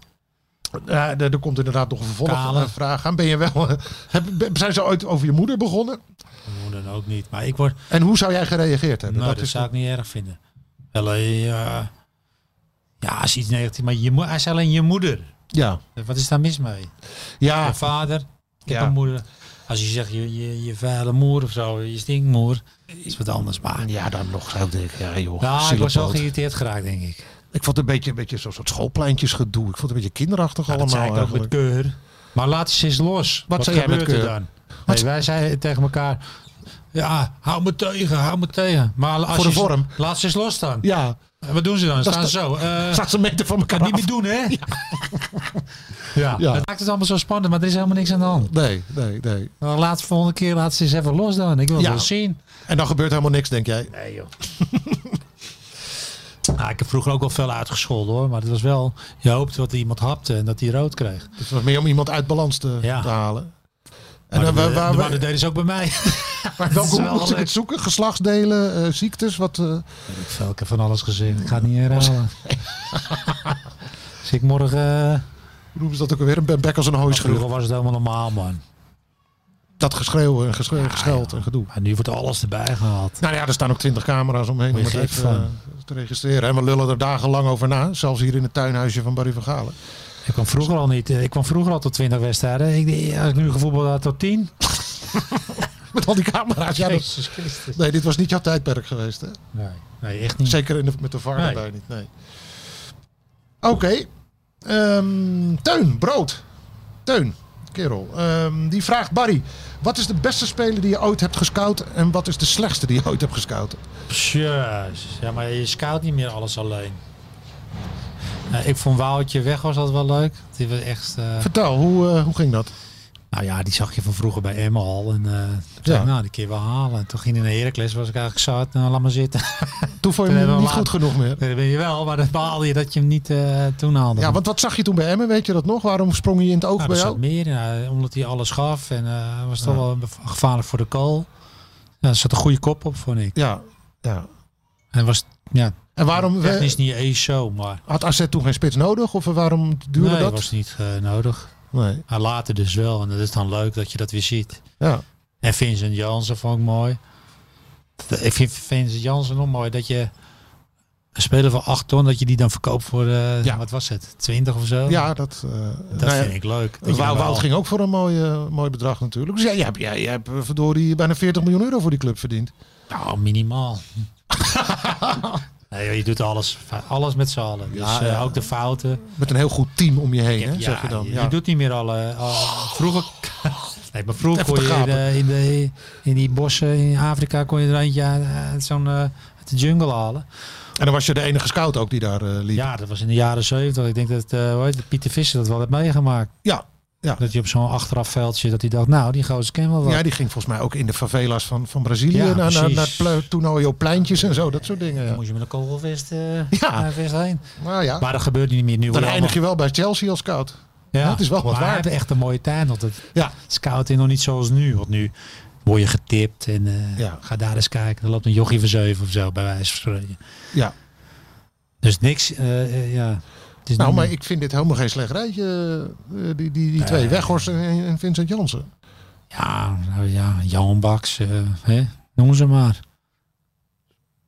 Speaker 5: dus, eh, er er komt inderdaad nog een
Speaker 6: Kale.
Speaker 5: vervolgvraag aan. Ben je wel, eh, heb, ben- zijn ze ooit over je moeder begonnen?
Speaker 6: Mijn moeder dan ook niet, maar ik word,
Speaker 5: En hoe zou jij gereageerd hebben?
Speaker 6: nou, dat, zou
Speaker 5: toch-
Speaker 6: ik niet erg vinden. Wel, eh, ja, ja, is iets negatiefs, maar je, mo- hij is alleen je moeder.
Speaker 5: Ja.
Speaker 6: Wat is daar mis mee?
Speaker 5: Ja.
Speaker 6: Mijn Ah, vader, ik
Speaker 5: Ja.
Speaker 6: heb een moeder. Als je zegt je, je, je vuile moer of zo, je stinkmoer, is wat anders. Maar
Speaker 5: ja, dan nog zou ik denken, ja joh,
Speaker 6: ja, ik was wel
Speaker 5: zielepoot.
Speaker 6: geïrriteerd geraakt, denk ik.
Speaker 5: Ik vond het een beetje, een beetje zo'n soort schoolpleintjesgedoe. Ik vond het een beetje kinderachtig
Speaker 6: Ja, dat
Speaker 5: allemaal
Speaker 6: zei ik ook
Speaker 5: eigenlijk.
Speaker 6: met keur. Maar laat ze eens los.
Speaker 5: Wat zei jij met
Speaker 6: gebeurt er
Speaker 5: keur?
Speaker 6: dan? Nee, wij zeiden tegen elkaar, ja, hou me tegen, hou me tegen. Maar als
Speaker 5: Voor de
Speaker 6: je-
Speaker 5: vorm.
Speaker 6: Laat ze eens los dan.
Speaker 5: Ja,
Speaker 6: En Wat doen ze dan?
Speaker 5: Dat
Speaker 6: Staan
Speaker 5: is
Speaker 6: ze zo. eh
Speaker 5: zat ze meter van elkaar
Speaker 6: kan
Speaker 5: af.
Speaker 6: niet meer doen, hè? [LAUGHS] Ja. ja.
Speaker 5: Ja.
Speaker 6: dat maakt het allemaal zo spannend, maar er is helemaal niks aan de hand.
Speaker 5: Nee, nee, nee.
Speaker 6: Nou, Laat volgende keer laat ze eens even los dan. Ik wil het
Speaker 5: Ja.
Speaker 6: wel zien.
Speaker 5: En dan gebeurt helemaal niks, denk jij?
Speaker 6: Nee, joh. [LAUGHS] Ah, ik heb vroeger ook wel veel uitgescholden hoor, maar het was wel, je hoopt dat iemand hapte en dat hij rood kreeg.
Speaker 5: Dus het was meer om iemand uit balans te,
Speaker 6: Ja.
Speaker 5: te halen. En
Speaker 6: En maar
Speaker 5: dan, waar,
Speaker 6: de,
Speaker 5: waar,
Speaker 6: de mannen deden ze ook bij
Speaker 5: [LAUGHS]
Speaker 6: mij. [LAUGHS]
Speaker 5: waar- welke
Speaker 6: is wel
Speaker 5: moest ik
Speaker 6: leuk.
Speaker 5: het zoeken? Geslachtsdelen, eh, ziektes, wat... eh,
Speaker 6: Veel, ik heb van alles gezien. Ik ga het niet
Speaker 5: [LAUGHS]
Speaker 6: herhalen. dus ik morgen... eh,
Speaker 5: Hoe noemen ze dat ook alweer? Een Ben Beck als een hooischuur.
Speaker 6: vroeger was het helemaal normaal, man.
Speaker 5: Dat geschreeuw en geschreeuw, gescheld en gedoe.
Speaker 6: Maar nu wordt alles erbij gehaald.
Speaker 5: Nou ja, er staan ook twintig camera's omheen om
Speaker 6: Word
Speaker 5: het
Speaker 6: je gek
Speaker 5: even
Speaker 6: van.
Speaker 5: eh, te registreren. En we lullen er dagenlang over na. Zelfs hier in het tuinhuisje van Barry van Galen. [LAUGHS]
Speaker 6: Ik kwam vroeger al niet. eh, Ik kwam vroeger al tot 20 wedstrijden. Ik, denk, als ik nu gevoetbald had tot 10.
Speaker 5: Met al die camera's. Ja, dat-
Speaker 6: Christus.
Speaker 5: nee, dit was niet jouw tijdperk geweest. Hè?
Speaker 6: Nee, nee, echt niet.
Speaker 5: Zeker in de, met de VAR
Speaker 6: Hmm. Nee.
Speaker 5: daarbij niet. Nee. Oké. Ehm, Teun, brood. Teun, kerel. Ehm, die vraagt Barry. Wat is de beste speler die je ooit hebt gescout? En wat is de slechtste die je ooit hebt gescout?
Speaker 6: Jezus. Ja, maar je scout niet meer alles alleen. Nou, ik vond Woutje weg was altijd wel leuk. Die was echt... eh,
Speaker 5: Vertel, hoe, eh, hoe ging dat?
Speaker 6: Nou ja, die zag je van vroeger bij Emma al. En eh, toen
Speaker 5: Ja.
Speaker 6: dacht ik, nou, die keer wel halen. En toen ging hij naar Heracles, was ik eigenlijk zat. Nou, laat maar zitten. [LAUGHS]
Speaker 5: Toen vond je hem
Speaker 6: Toen hebben
Speaker 5: niet
Speaker 6: we
Speaker 5: goed genoeg meer.
Speaker 6: Nee, dat ben je wel, maar dan baalde je dat je hem niet eh, toen haalde.
Speaker 5: Ja, want wat zag je toen bij Emmen? Weet je dat nog? Waarom sprong je in het oog
Speaker 6: nou,
Speaker 5: bij
Speaker 6: er zat
Speaker 5: jou?
Speaker 6: meer in. eh, omdat hij alles gaf en eh, was toch wel bev- gevaarlijk voor de kool. Ja, er zat een goede kop op, vond ik.
Speaker 5: Ja, ja.
Speaker 6: En was, ja,
Speaker 5: En waarom eh,
Speaker 6: Technisch niet eens zo, maar
Speaker 5: had AZ toen geen spits nodig? Of eh, waarom duurde
Speaker 6: nee,
Speaker 5: dat?
Speaker 6: was niet eh, nodig.
Speaker 5: Nee.
Speaker 6: Maar later dus wel. En dat is dan leuk dat je dat weer ziet.
Speaker 5: Ja.
Speaker 6: En Vincent Jansen vond ik mooi. Ik vind Vincent Jansen nog mooi dat je een speler van 8 ton, dat je die dan verkoopt voor, eh,
Speaker 5: Ja.
Speaker 6: wat was het, 20 of zo?
Speaker 5: ja, dat, eh
Speaker 6: Dat
Speaker 5: nou ja,
Speaker 6: vind ik leuk. Dat je
Speaker 5: Wou-
Speaker 6: dan wel-
Speaker 5: Wout ging ook voor een mooi, eh, mooi bedrag natuurlijk. Dus jij, jij, hebt- jij, jij hebt eh, verdorie bijna 40 miljoen euro voor die club verdiend. [LAUGHS]
Speaker 6: Nou, minimaal. nee, joh, je doet alles, alles met z'n allen. Dus
Speaker 5: Ja,
Speaker 6: eh,
Speaker 5: ja.
Speaker 6: ook de fouten.
Speaker 5: Met een heel goed team om je heen, hè,
Speaker 6: Ja,
Speaker 5: zeg je dan.
Speaker 6: Je,
Speaker 5: Ja. Oh,
Speaker 6: doet niet meer alle. al- vroeger. nee, maar vroeger
Speaker 5: Even
Speaker 6: kon je in,
Speaker 5: te
Speaker 6: de, in, de, in die bossen in Afrika kon je er eentje uit, uit zo'n. eh, uit de jungle halen.
Speaker 5: En dan was je de enige scout ook die daar eh, liep.
Speaker 6: Ja, dat was in de jaren zeventig. Ik denk dat eh, hoe heet het, Pieter Visser dat wel heeft meegemaakt.
Speaker 5: Ja.
Speaker 6: Dat hij op zo'n achterafveldje, dat hij dacht, nou, die gozer ken wel wat.
Speaker 5: Ja, die ging volgens mij ook in de favelas van, van Brazilië
Speaker 6: Ja,
Speaker 5: naar, naar, naar
Speaker 6: precies.
Speaker 5: het pla- toernooien op pleintjes en zo, dat soort dingen.
Speaker 6: Dan
Speaker 5: Ja.
Speaker 6: moest je met een kogelvest eh
Speaker 5: Ja.
Speaker 6: naar vest heen.
Speaker 5: Maar ja,
Speaker 6: Maar dat gebeurt niet meer. Nu
Speaker 5: dan
Speaker 6: wordt
Speaker 5: eindig je wel bij Chelsea als scout.
Speaker 6: Ja,
Speaker 5: Dat is wel wat
Speaker 6: maar hij
Speaker 5: waard.
Speaker 6: heeft echt een mooie tijd. Want het
Speaker 5: Ja.
Speaker 6: scouting nog niet zoals nu. Want nu word je getipt en eh,
Speaker 5: Ja.
Speaker 6: ga daar eens kijken. Dan loopt een jochie van zeven of zo, bij wijze van spreken.
Speaker 5: Ja.
Speaker 6: Dus niks, eh, eh, ja. Het is
Speaker 5: Nou,
Speaker 6: niet
Speaker 5: maar
Speaker 6: meer-
Speaker 5: ik vind dit helemaal geen slecht rijtje, eh, die, die, die twee. Weghorst en, en Vincent Jansen.
Speaker 6: Ja, nou ja, Jan Baks, eh, hè? noem ze maar.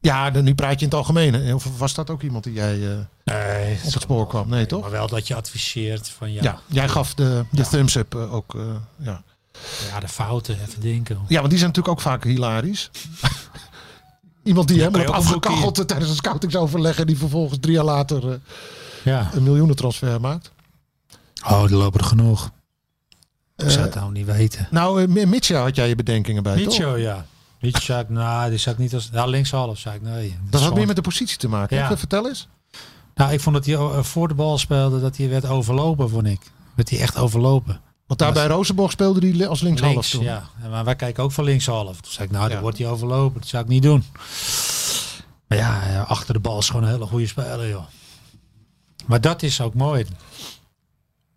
Speaker 5: Ja, dan, nu praat je in het algemeen. hè. Of was dat ook iemand die jij eh,
Speaker 6: Nee,
Speaker 5: op het spoor kwam? Nee, toch?
Speaker 6: maar wel dat je adviseert van ja,
Speaker 5: Ja,
Speaker 6: ja.
Speaker 5: jij gaf de, de
Speaker 6: Ja.
Speaker 5: thumbs up eh, ook. eh, ja.
Speaker 6: de fouten, even denken.
Speaker 5: ja, want die zijn natuurlijk ook vaak hilarisch. [LAUGHS] Iemand die helemaal
Speaker 6: kan je
Speaker 5: hebt
Speaker 6: ook een boekje
Speaker 5: afgekacheld tijdens een scoutingsoverleg. En die vervolgens drie jaar later eh,
Speaker 6: Ja.
Speaker 5: een miljoenentransfer maakt.
Speaker 6: Oh, die lopen er genoeg. Ik zou
Speaker 5: Eh,
Speaker 6: het nou niet weten.
Speaker 5: nou, uh, Mitja had jij je bedenkingen bij, toch?
Speaker 6: Micho, ja. Micho zei ik, nou, die zou ik niet als... Ja, linkshalf zei ik, nee.
Speaker 5: Dat had
Speaker 6: gewoon-
Speaker 5: meer met de positie te maken.
Speaker 6: Ja.
Speaker 5: Even Vertel eens.
Speaker 6: Nou, ik vond dat hij eh, voor de bal speelde, dat hij werd overlopen, vond ik. Werd hij echt overlopen.
Speaker 5: Want daar bij Rozenborg speelde hij li- als linkshalf
Speaker 6: Links,
Speaker 5: toen.
Speaker 6: ja. Maar wij kijken ook van linkshalf. Toen zei ik, nou,
Speaker 5: Ja.
Speaker 6: dan wordt hij overlopen. Dat zou ik niet doen. Maar ja, eh, achter de bal is gewoon een hele goede speler, joh. Maar dat is ook mooi.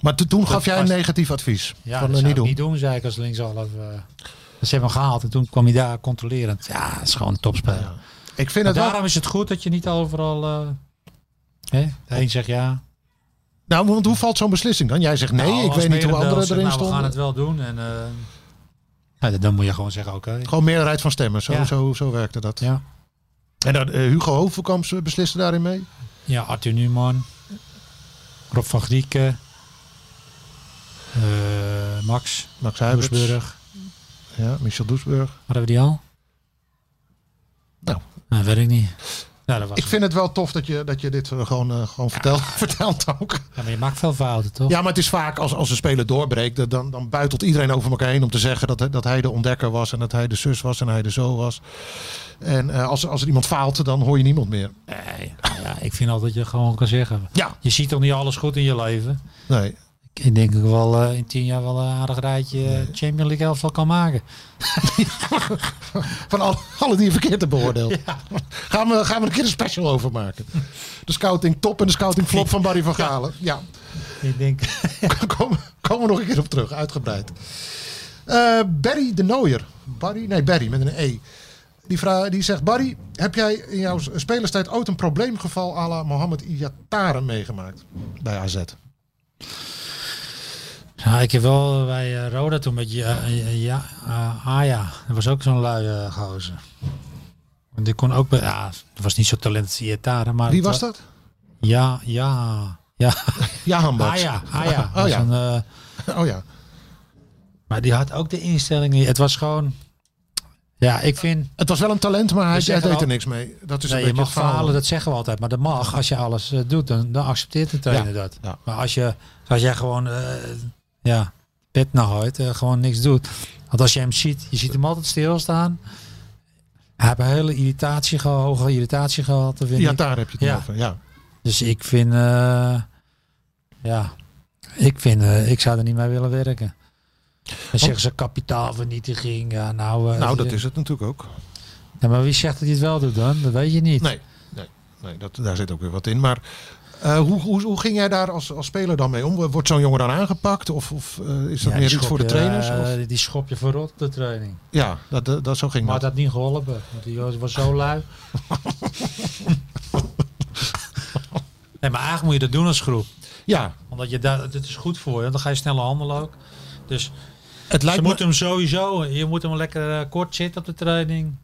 Speaker 5: Maar to- toen gaf jij een
Speaker 6: past-
Speaker 5: negatief advies.
Speaker 6: Ja,
Speaker 5: van
Speaker 6: dat
Speaker 5: eh,
Speaker 6: zou
Speaker 5: niet
Speaker 6: ik
Speaker 5: doen.
Speaker 6: niet doen, zei ik als linkshalf. eh. Dus ze hebben hem gehaald en toen kwam hij daar controlerend. Ja, dat is gewoon een topspeler.
Speaker 5: Ja. Ik vind
Speaker 6: Maar
Speaker 5: het wel...
Speaker 6: daarom is het goed dat je niet overal... eh hè? De een zegt ja,
Speaker 5: Nou, want hoe valt zo'n beslissing dan? Jij zegt nee,
Speaker 6: Nou,
Speaker 5: ik weet
Speaker 6: als
Speaker 5: niet hoe
Speaker 6: merendeel
Speaker 5: anderen
Speaker 6: zegt,
Speaker 5: erin
Speaker 6: nou, We
Speaker 5: stonden.
Speaker 6: gaan het wel doen. En, eh, nou, dan- dan moet je gewoon zeggen, oké.
Speaker 5: Gewoon meerderheid van stemmen. Zo,
Speaker 6: Ja.
Speaker 5: zo, zo werkte dat.
Speaker 6: Ja.
Speaker 5: En dan, eh, Hugo Hovenkamp eh, besliste daarin mee.
Speaker 6: ja, Arthur Newman. Rob van Grieken. eh, Max
Speaker 5: Max Huibers.
Speaker 6: Hubersburg.
Speaker 5: Ja, Michel Doesburg.
Speaker 6: Hadden we die al?
Speaker 5: Nou.
Speaker 6: Nou, weet ik niet. Nou, dat was
Speaker 5: Ik
Speaker 6: het.
Speaker 5: vind het wel tof dat je, dat je dit eh, gewoon, eh, gewoon vertelt, [LAUGHS] vertelt ook.
Speaker 6: Ja, maar je maakt veel fouten, toch?
Speaker 5: Ja, maar het is vaak als, als een speler doorbreekt, dat dan, dan buitelt iedereen over elkaar heen om te zeggen dat, hij- dat hij de ontdekker was en dat hij de zus was en hij de zo was. En eh, als, als er iemand faalt, dan hoor je niemand meer.
Speaker 6: Nee, nou ja, ik vind altijd dat je gewoon kan zeggen.
Speaker 5: Ja,
Speaker 6: Je ziet toch niet alles goed in je leven?
Speaker 5: nee.
Speaker 6: Ik- Ik denk ook wel eh, in tien jaar wel een aardig rijtje eh, Champions League elftal kan maken.
Speaker 5: Van al, alle [LAUGHS] die je verkeerd hebt beoordeeld. Gaan, we, gaan we een keer een special over maken. De scouting top en de scouting flop van Barry van Galen. Ja,
Speaker 6: Ik denk,
Speaker 5: [LAUGHS] komen, komen we nog een keer op terug, uitgebreid. Eh, Barry de Nooier. Barry? Nee, Barry met een E. Die, vraag, die zegt, Barry, heb jij in jouw s- spelerstijd ooit een probleemgeval à la Mohamed Iatare meegemaakt bij AZ?
Speaker 6: Ja, ik heb wel bij eh, Roda toen met ja, ja, eh, Aya. Dat was ook zo'n lui eh, gozer. Want die kon ook bij, ja, dat was niet zo talent als Ietara, maar
Speaker 5: Wie
Speaker 6: het
Speaker 5: was
Speaker 6: wa-
Speaker 5: dat?
Speaker 6: Ja, ja, ja.
Speaker 5: Ja, Hambach.
Speaker 6: Aya, Aya.
Speaker 5: Oh
Speaker 6: Was
Speaker 5: ja.
Speaker 6: een, eh,
Speaker 5: Oh ja.
Speaker 6: maar die had ook de instellingen. Het was gewoon, ja, ik vind,
Speaker 5: Het was wel een talent, maar hij, hij
Speaker 6: zeggen
Speaker 5: deed er
Speaker 6: al-
Speaker 5: niks mee. Dat is
Speaker 6: nee,
Speaker 5: een
Speaker 6: je
Speaker 5: beetje het
Speaker 6: mag
Speaker 5: verhaal.
Speaker 6: falen, dat zeggen we altijd, maar dat mag als je alles eh, doet, dan, dan accepteert de trainer dat.
Speaker 5: ja.
Speaker 6: Maar als je, als jij gewoon, eh, ja, pet naar houdt, eh, gewoon niks doet. Want als je hem ziet, je ziet hem altijd stilstaan. Hij heeft een hele irritatie gehad, hoge irritatie gehad. dat Vind ik.
Speaker 5: Iatare heb je het
Speaker 6: Ja.
Speaker 5: over, ja.
Speaker 6: Dus ik vind, eh, ja, ik vind, eh, ik zou er niet mee willen werken. Dan zeggen ze kapitaalvernietiging. Ja, nou, eh,
Speaker 5: Nou, dat is het natuurlijk ook.
Speaker 6: Ja, maar wie zegt dat hij het wel doet dan? Dat weet je niet.
Speaker 5: Nee, nee, nee dat, daar zit ook weer wat in. Maar eh, hoe, hoe, hoe ging jij daar als, als speler dan mee om? Wordt zo'n jongen dan aangepakt? Of, of eh, is dat
Speaker 6: Ja,
Speaker 5: meer
Speaker 6: die
Speaker 5: iets voor de
Speaker 6: schop je,
Speaker 5: trainers?
Speaker 6: eh,
Speaker 5: Of?
Speaker 6: die schop je verrot op de training.
Speaker 5: Ja, dat, dat, dat, zo ging
Speaker 6: Maar
Speaker 5: dat. [LAUGHS]
Speaker 6: dat had niet geholpen. Want die jongen was zo lui. Nee, maar eigenlijk moet je dat doen als groep.
Speaker 5: Ja,
Speaker 6: Omdat je daar, dit is goed voor je. Dan ga je sneller handelen ook. Dus
Speaker 5: het
Speaker 6: je
Speaker 5: lijkt
Speaker 6: moet
Speaker 5: me...
Speaker 6: hem sowieso, je moet hem lekker eh, kort zitten op de training.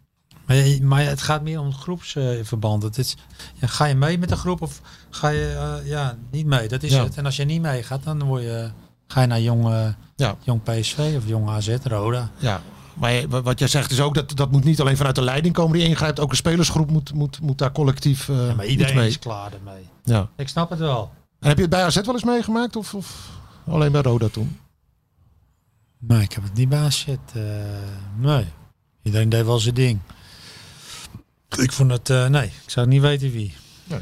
Speaker 6: Maar, je- maar het gaat meer om groepsverband. Het is, ja, ga je mee met de groep of ga je eh, ja, niet mee? Dat is
Speaker 5: Ja.
Speaker 6: het. En als je niet meegaat, dan word je, ga je naar jong, eh,
Speaker 5: Ja.
Speaker 6: jong PSV of jong AZ, Roda.
Speaker 5: Ja, maar je- wa- wat jij zegt is ook dat dat moet niet alleen vanuit de leiding komen die ingrijpt. Ook een spelersgroep moet, moet, moet daar collectief eh
Speaker 6: maar
Speaker 5: iets
Speaker 6: iedereen
Speaker 5: mee.
Speaker 6: is klaar ermee.
Speaker 5: Ja.
Speaker 6: Ik snap het wel.
Speaker 5: En heb je het bij AZ wel eens meegemaakt of, of alleen bij Roda toen?
Speaker 6: Maar ik heb het niet bij AZ. eh, nee. Iedereen deed wel zijn ding. Ik vond het, eh, nee, ik zou niet weten wie.
Speaker 5: Nou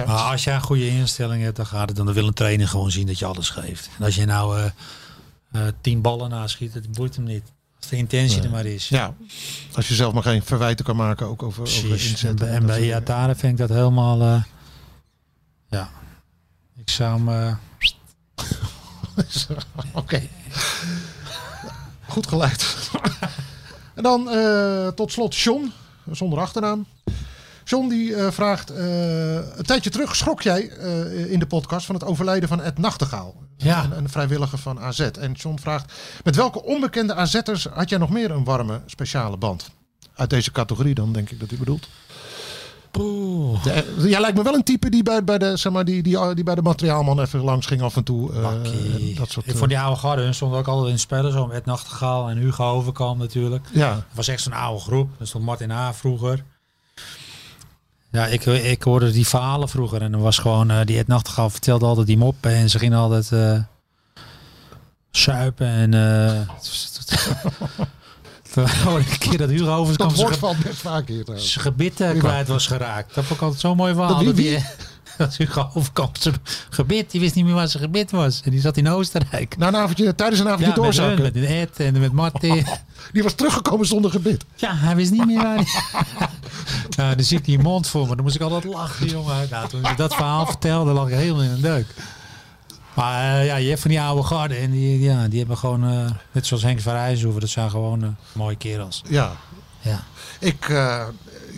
Speaker 5: ja,
Speaker 6: Maar als jij een goede instelling hebt, dan gaat het. Dan wil een trainer gewoon zien dat je alles geeft. En als je nou eh, eh, tien ballen naschiet, dat boeit hem niet. Als de intentie er maar is.
Speaker 5: ja, als je zelf maar geen verwijten kan maken ook over, over
Speaker 6: precies. En
Speaker 5: inzetten.
Speaker 6: bij, en bij
Speaker 5: ja,
Speaker 6: Iataren vind ik dat helemaal... eh, ja. Ik zou hem... eh,
Speaker 5: Oké. Goed geluid. en dan eh, tot slot John, zonder achternaam. John die eh, vraagt, eh, een tijdje terug schrok jij eh, in de podcast van het overlijden van Ed Nachtegaal.
Speaker 6: Ja.
Speaker 5: Een, een vrijwilliger van AZ. En John vraagt, met welke onbekende AZ'ers had jij nog meer een warme speciale band? Uit deze categorie dan, denk ik dat hij bedoelt. De- eh, jij lijkt me wel een type die bij, bij, de, zeg maar, die, die, die bij de materiaalman even langs ging af en toe. eh,
Speaker 6: Bakkie.
Speaker 5: en dat soort, eh,
Speaker 6: ik vond die oude garde, hun stonden ook altijd in de spellen. Zo met Nachtegaal en Hugo Overkamp natuurlijk.
Speaker 5: eh, ja.
Speaker 6: Het was echt zo'n oude groep. Er stond Martin A. vroeger. Ja, ik, ik hoorde die verhalen vroeger. En er was gewoon, eh, die Ed Nachtegaal vertelde altijd die moppen. En ze gingen altijd eh suipen. En eh, [LAUGHS] toen hoorde ik een keer dat Hugo Overkamp
Speaker 5: Dat
Speaker 6: zijn
Speaker 5: woord
Speaker 6: ge-
Speaker 5: valt best vaak hier trouwens.
Speaker 6: zijn gebit eh,
Speaker 5: Ja.
Speaker 6: kwijt was geraakt. Dat vond ik altijd zo'n mooi verhaal.
Speaker 5: Dat wie-
Speaker 6: Dat, die, [LAUGHS] dat Hugo Overkamp zijn gebit, die wist niet meer waar zijn gebit was. En die zat in Oostenrijk.
Speaker 5: Na een avondje, tijdens een avondje
Speaker 6: Ja, met, hun,
Speaker 5: doorzakken.
Speaker 6: met Ed en met
Speaker 5: [LAUGHS]
Speaker 6: Martin.
Speaker 5: Die was teruggekomen zonder gebit.
Speaker 6: Ja, hij wist niet meer waar [LAUGHS] hij... nou, dan zie ik die mond voor me. Dan moest ik altijd lachen, jongen. Nou, toen ik dat
Speaker 5: [LAUGHS]
Speaker 6: verhaal vertelde, lag ik helemaal in een deuk. Maar eh, ja, je hebt van die oude garde. En die, ja, die hebben gewoon, eh, net zoals Henk van Rijshoeven, dat zijn gewoon eh, mooie kerels.
Speaker 5: Ja,
Speaker 6: Ja.
Speaker 5: ik, eh,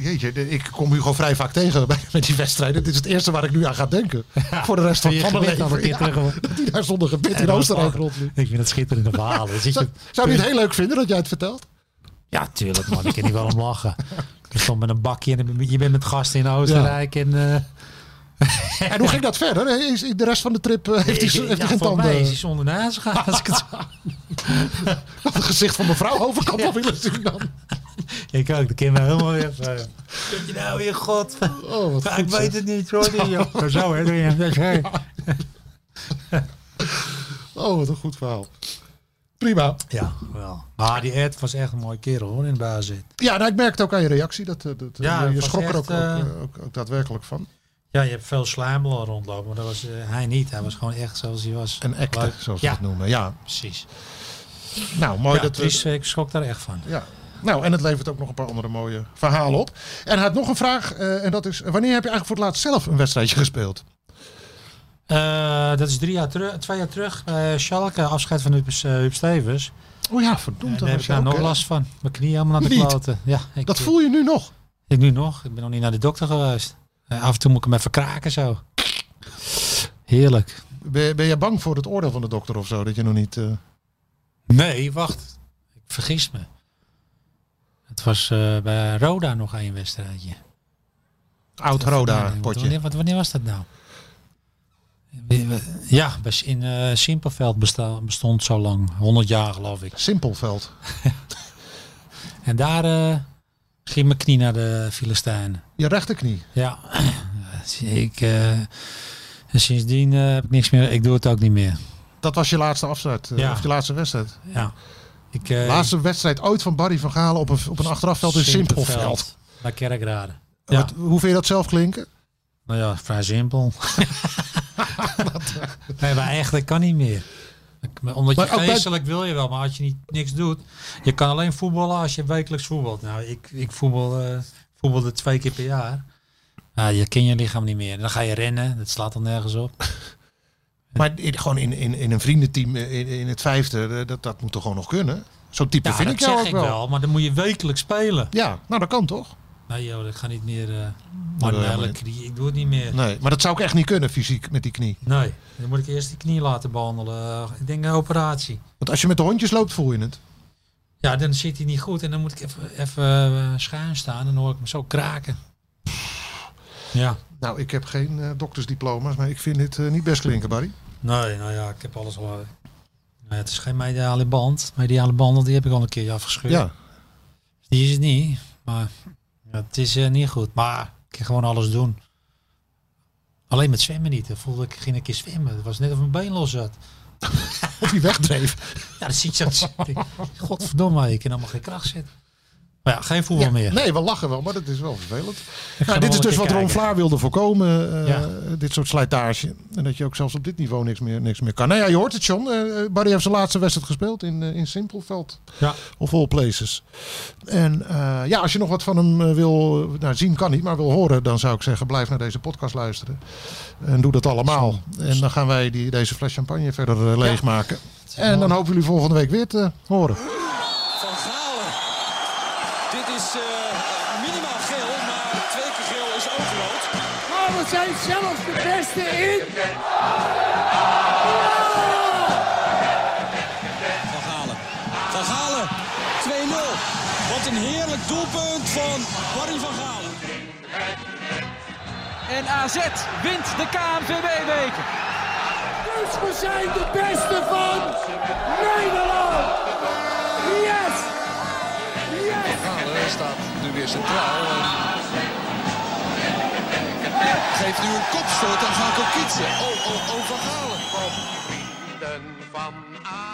Speaker 5: jeetje, de- ik kom Hugo vrij vaak tegen bij, met die wedstrijden. Dit is het eerste waar ik nu aan ga denken. Voor de rest van,
Speaker 6: En je
Speaker 5: van mijn
Speaker 6: gebit
Speaker 5: leven.
Speaker 6: al een keer
Speaker 5: Ja, [LAUGHS]
Speaker 6: terug. hoor.
Speaker 5: dat hij daar zonder gebit
Speaker 6: En
Speaker 5: in
Speaker 6: dan-
Speaker 5: Oostenrijk rondliep.
Speaker 6: Ik vind dat schitterende verhalen. Zit
Speaker 5: Zou,
Speaker 6: je,
Speaker 5: zou je het heel leuk vinden dat jij het
Speaker 6: [LAUGHS]
Speaker 5: vertelt?
Speaker 6: Ja, tuurlijk man. Ik kan niet wel om lachen. Je stond met een bakje en je bent met gasten in Oostenrijk. En, eh,
Speaker 5: En hoe ging dat verder? Is- is De rest van de trip eh, heeft hij
Speaker 6: ik-
Speaker 5: z- heeft
Speaker 6: ja,
Speaker 5: hij geen
Speaker 6: volgens mij is
Speaker 5: tanden.
Speaker 6: hij zonder naast gegaan. Als ik het zo
Speaker 5: Had het gezicht van mevrouw Overkamp al willen zien dan.
Speaker 6: Ik ook, de kinderen helemaal [LAUGHS] weer. van, Wat je nou weer, god.
Speaker 5: Oh, wat
Speaker 6: Ja,
Speaker 5: goed,
Speaker 6: ik weet het niet, sorry. joh. Oh. Zo, hè, doe je hem, dat is hè.
Speaker 5: Oh, wat een goed verhaal. Prima.
Speaker 6: Ja, wel. Maar die Ed was echt een mooie kerel hoor, in de basis.
Speaker 5: Ja, nou, ik merkte ook aan je reactie. Dat, eh, dat, eh,
Speaker 6: Ja,
Speaker 5: je
Speaker 6: het was
Speaker 5: schrok er
Speaker 6: echt,
Speaker 5: ook, ook,
Speaker 6: eh,
Speaker 5: eh, ook, ook daadwerkelijk van.
Speaker 6: Ja, je hebt veel slijmballen rondlopen, maar dat was eh, hij niet. Hij was gewoon echt zoals hij was.
Speaker 5: Een acte,
Speaker 6: Leuk.
Speaker 5: zoals we
Speaker 6: ja,
Speaker 5: het noemen. Ja,
Speaker 6: precies.
Speaker 5: nou, mooi
Speaker 6: ja,
Speaker 5: dat we-
Speaker 6: triest, ik schrok daar echt van.
Speaker 5: Ja. Nou, en het levert ook nog een paar andere mooie verhalen op. En hij had nog een vraag, eh, en dat is... Wanneer heb je eigenlijk voor het laatst zelf een wedstrijdje gespeeld?
Speaker 6: Eh, dat is drie jaar terug, twee jaar terug. eh Schalke, afscheid van Huub, eh, Huub Stevens.
Speaker 5: Oh ja, verdomd.
Speaker 6: En
Speaker 5: dat
Speaker 6: daar heb
Speaker 5: was
Speaker 6: ik
Speaker 5: je
Speaker 6: daar
Speaker 5: ook,
Speaker 6: nog
Speaker 5: hè?
Speaker 6: last van. Mijn knieën helemaal naar de
Speaker 5: Niet.
Speaker 6: kloten. Ja, ik, eh,
Speaker 5: Dat voel je nu nog.
Speaker 6: Ik nu nog. Ik ben nog niet naar de dokter geweest. Eh, af en toe moet ik hem even kraken zo. Heerlijk.
Speaker 5: Ben, ben je bang voor het oordeel van de dokter of zo? Dat je nog niet... eh,
Speaker 6: Nee, wacht. Ik vergis me. Het was eh, bij Roda nog één wedstrijdje.
Speaker 5: oud
Speaker 6: Nee,
Speaker 5: Roda
Speaker 6: want
Speaker 5: potje.
Speaker 6: Wanneer, wat- wanneer was dat nou? Ja, bij S- in eh Simpelveld besta- bestond zo lang. 100 jaar geloof ik.
Speaker 5: Simpelveld.
Speaker 6: En daar eh, ging mijn knie naar de Filistijnen.
Speaker 5: Je rechterknie.
Speaker 6: Ja, [CLEARS THROAT] ik, eh, en sindsdien eh, heb ik niks meer. Ik doe het ook niet meer.
Speaker 5: Dat was je laatste afzet. eh,
Speaker 6: Ja.
Speaker 5: Of je laatste wedstrijd.
Speaker 6: Ja. Ik, eh,
Speaker 5: Laatste wedstrijd ooit van Barry van Galen op een, op een achterafveld in
Speaker 6: Simpelveld,
Speaker 5: Simpelveld.
Speaker 6: Bij Kerkrade. Ja.
Speaker 5: Wat- hoe vind je dat zelf klinken?
Speaker 6: Nou ja, vrij
Speaker 5: [LAUGHS]
Speaker 6: simpel. nee, maar echt, dat kan niet meer. Ik- maar Omdat
Speaker 5: Maar ook
Speaker 6: je
Speaker 5: bij-
Speaker 6: geestelijk wil je wel, maar als je niet, niks doet. Je kan alleen voetballen als je wekelijks voetbalt. Nou, ik, ik voetbal, eh, voetbalde twee keer per jaar. Nou, je kent je lichaam niet meer. Dan ga je rennen, dat slaat dan nergens op.
Speaker 5: Maar in- gewoon in, in, in een vriendenteam eh, in, in het vijfde, eh, dat, dat moet toch gewoon nog kunnen? Zo'n type
Speaker 6: Ja,
Speaker 5: vind
Speaker 6: dat
Speaker 5: ik jou
Speaker 6: zeg
Speaker 5: ook
Speaker 6: ik
Speaker 5: wel.
Speaker 6: wel, maar dan moet je wekelijks spelen.
Speaker 5: Ja, nou dat kan toch?
Speaker 6: Nee joh, dat gaat niet meer. eh
Speaker 5: dat helemaal
Speaker 6: manuele
Speaker 5: niet.
Speaker 6: knie. Ik doe het niet meer.
Speaker 5: Nee, maar dat zou ik echt niet kunnen fysiek met die knie.
Speaker 6: Nee. Dan moet ik eerst die knie laten behandelen. Ik denk een operatie.
Speaker 5: Want als je met de hondjes loopt, voel je het.
Speaker 6: Ja, dan zit hij niet goed en dan moet ik even, even eh, schuin staan en dan hoor ik hem zo kraken. Ja.
Speaker 5: Nou, ik heb geen eh, doktersdiploma's, maar ik vind dit eh, niet best klinken, Barry.
Speaker 6: Nee, nou ja, ik heb alles al. Nou ja, het is geen mijn ideale band. Mijn ideale band die heb ik al een keer afgescheurd.
Speaker 5: Ja.
Speaker 6: Die is het niet, maar ja, het is eh, niet goed. Maar ik kan gewoon alles doen. Alleen met zwemmen niet. Dan voelde ik, ging een keer zwemmen. Het was net of mijn been los zat. [LAUGHS]
Speaker 5: Of die wegdreef.
Speaker 6: Ja, dat zie [LAUGHS] ik zo. Godverdomme, ik kan allemaal geen kracht zetten. Maar ja, geen voetbal meer.
Speaker 5: Nee, we lachen wel, maar dat is wel vervelend.
Speaker 6: Ik ga
Speaker 5: Nou, dit
Speaker 6: nog
Speaker 5: is
Speaker 6: een
Speaker 5: dus
Speaker 6: keer
Speaker 5: wat Ron
Speaker 6: kijken.
Speaker 5: Vlaar wilde voorkomen. eh,
Speaker 6: Ja.
Speaker 5: Dit soort slijtage. En dat je ook zelfs op dit niveau niks meer, niks meer kan. Nou ja, je hoort het, John. Eh, Barry heeft zijn laatste wedstrijd gespeeld in, eh, in Simpelveld.
Speaker 6: Ja.
Speaker 5: Of all places. En eh, ja, als je nog wat van hem eh, wil eh, nou, zien, kan niet, maar wil horen, dan zou ik zeggen: blijf naar deze podcast luisteren. En doe dat allemaal. En dan gaan wij die, deze fles champagne verder eh, leegmaken. En dan hopen jullie volgende week weer te horen.
Speaker 1: Van Galen. Dit is eh, minimaal geel, maar twee keer geel is ook rood.
Speaker 2: Maar we zijn zelfs de beste in.
Speaker 1: Van Galen. Van Galen. 2-0. Wat een heerlijk doelpunt van Barry van Galen.
Speaker 3: En AZ wint de KNVB-beker.
Speaker 2: Dus we zijn de beste van Nederland. Yes! Yes!
Speaker 4: Galen staat nu weer centraal. en Geeft nu een kopstoot aan Marco Kietse. Oh, oh, oh, Van Galen.
Speaker 10: vrienden van A.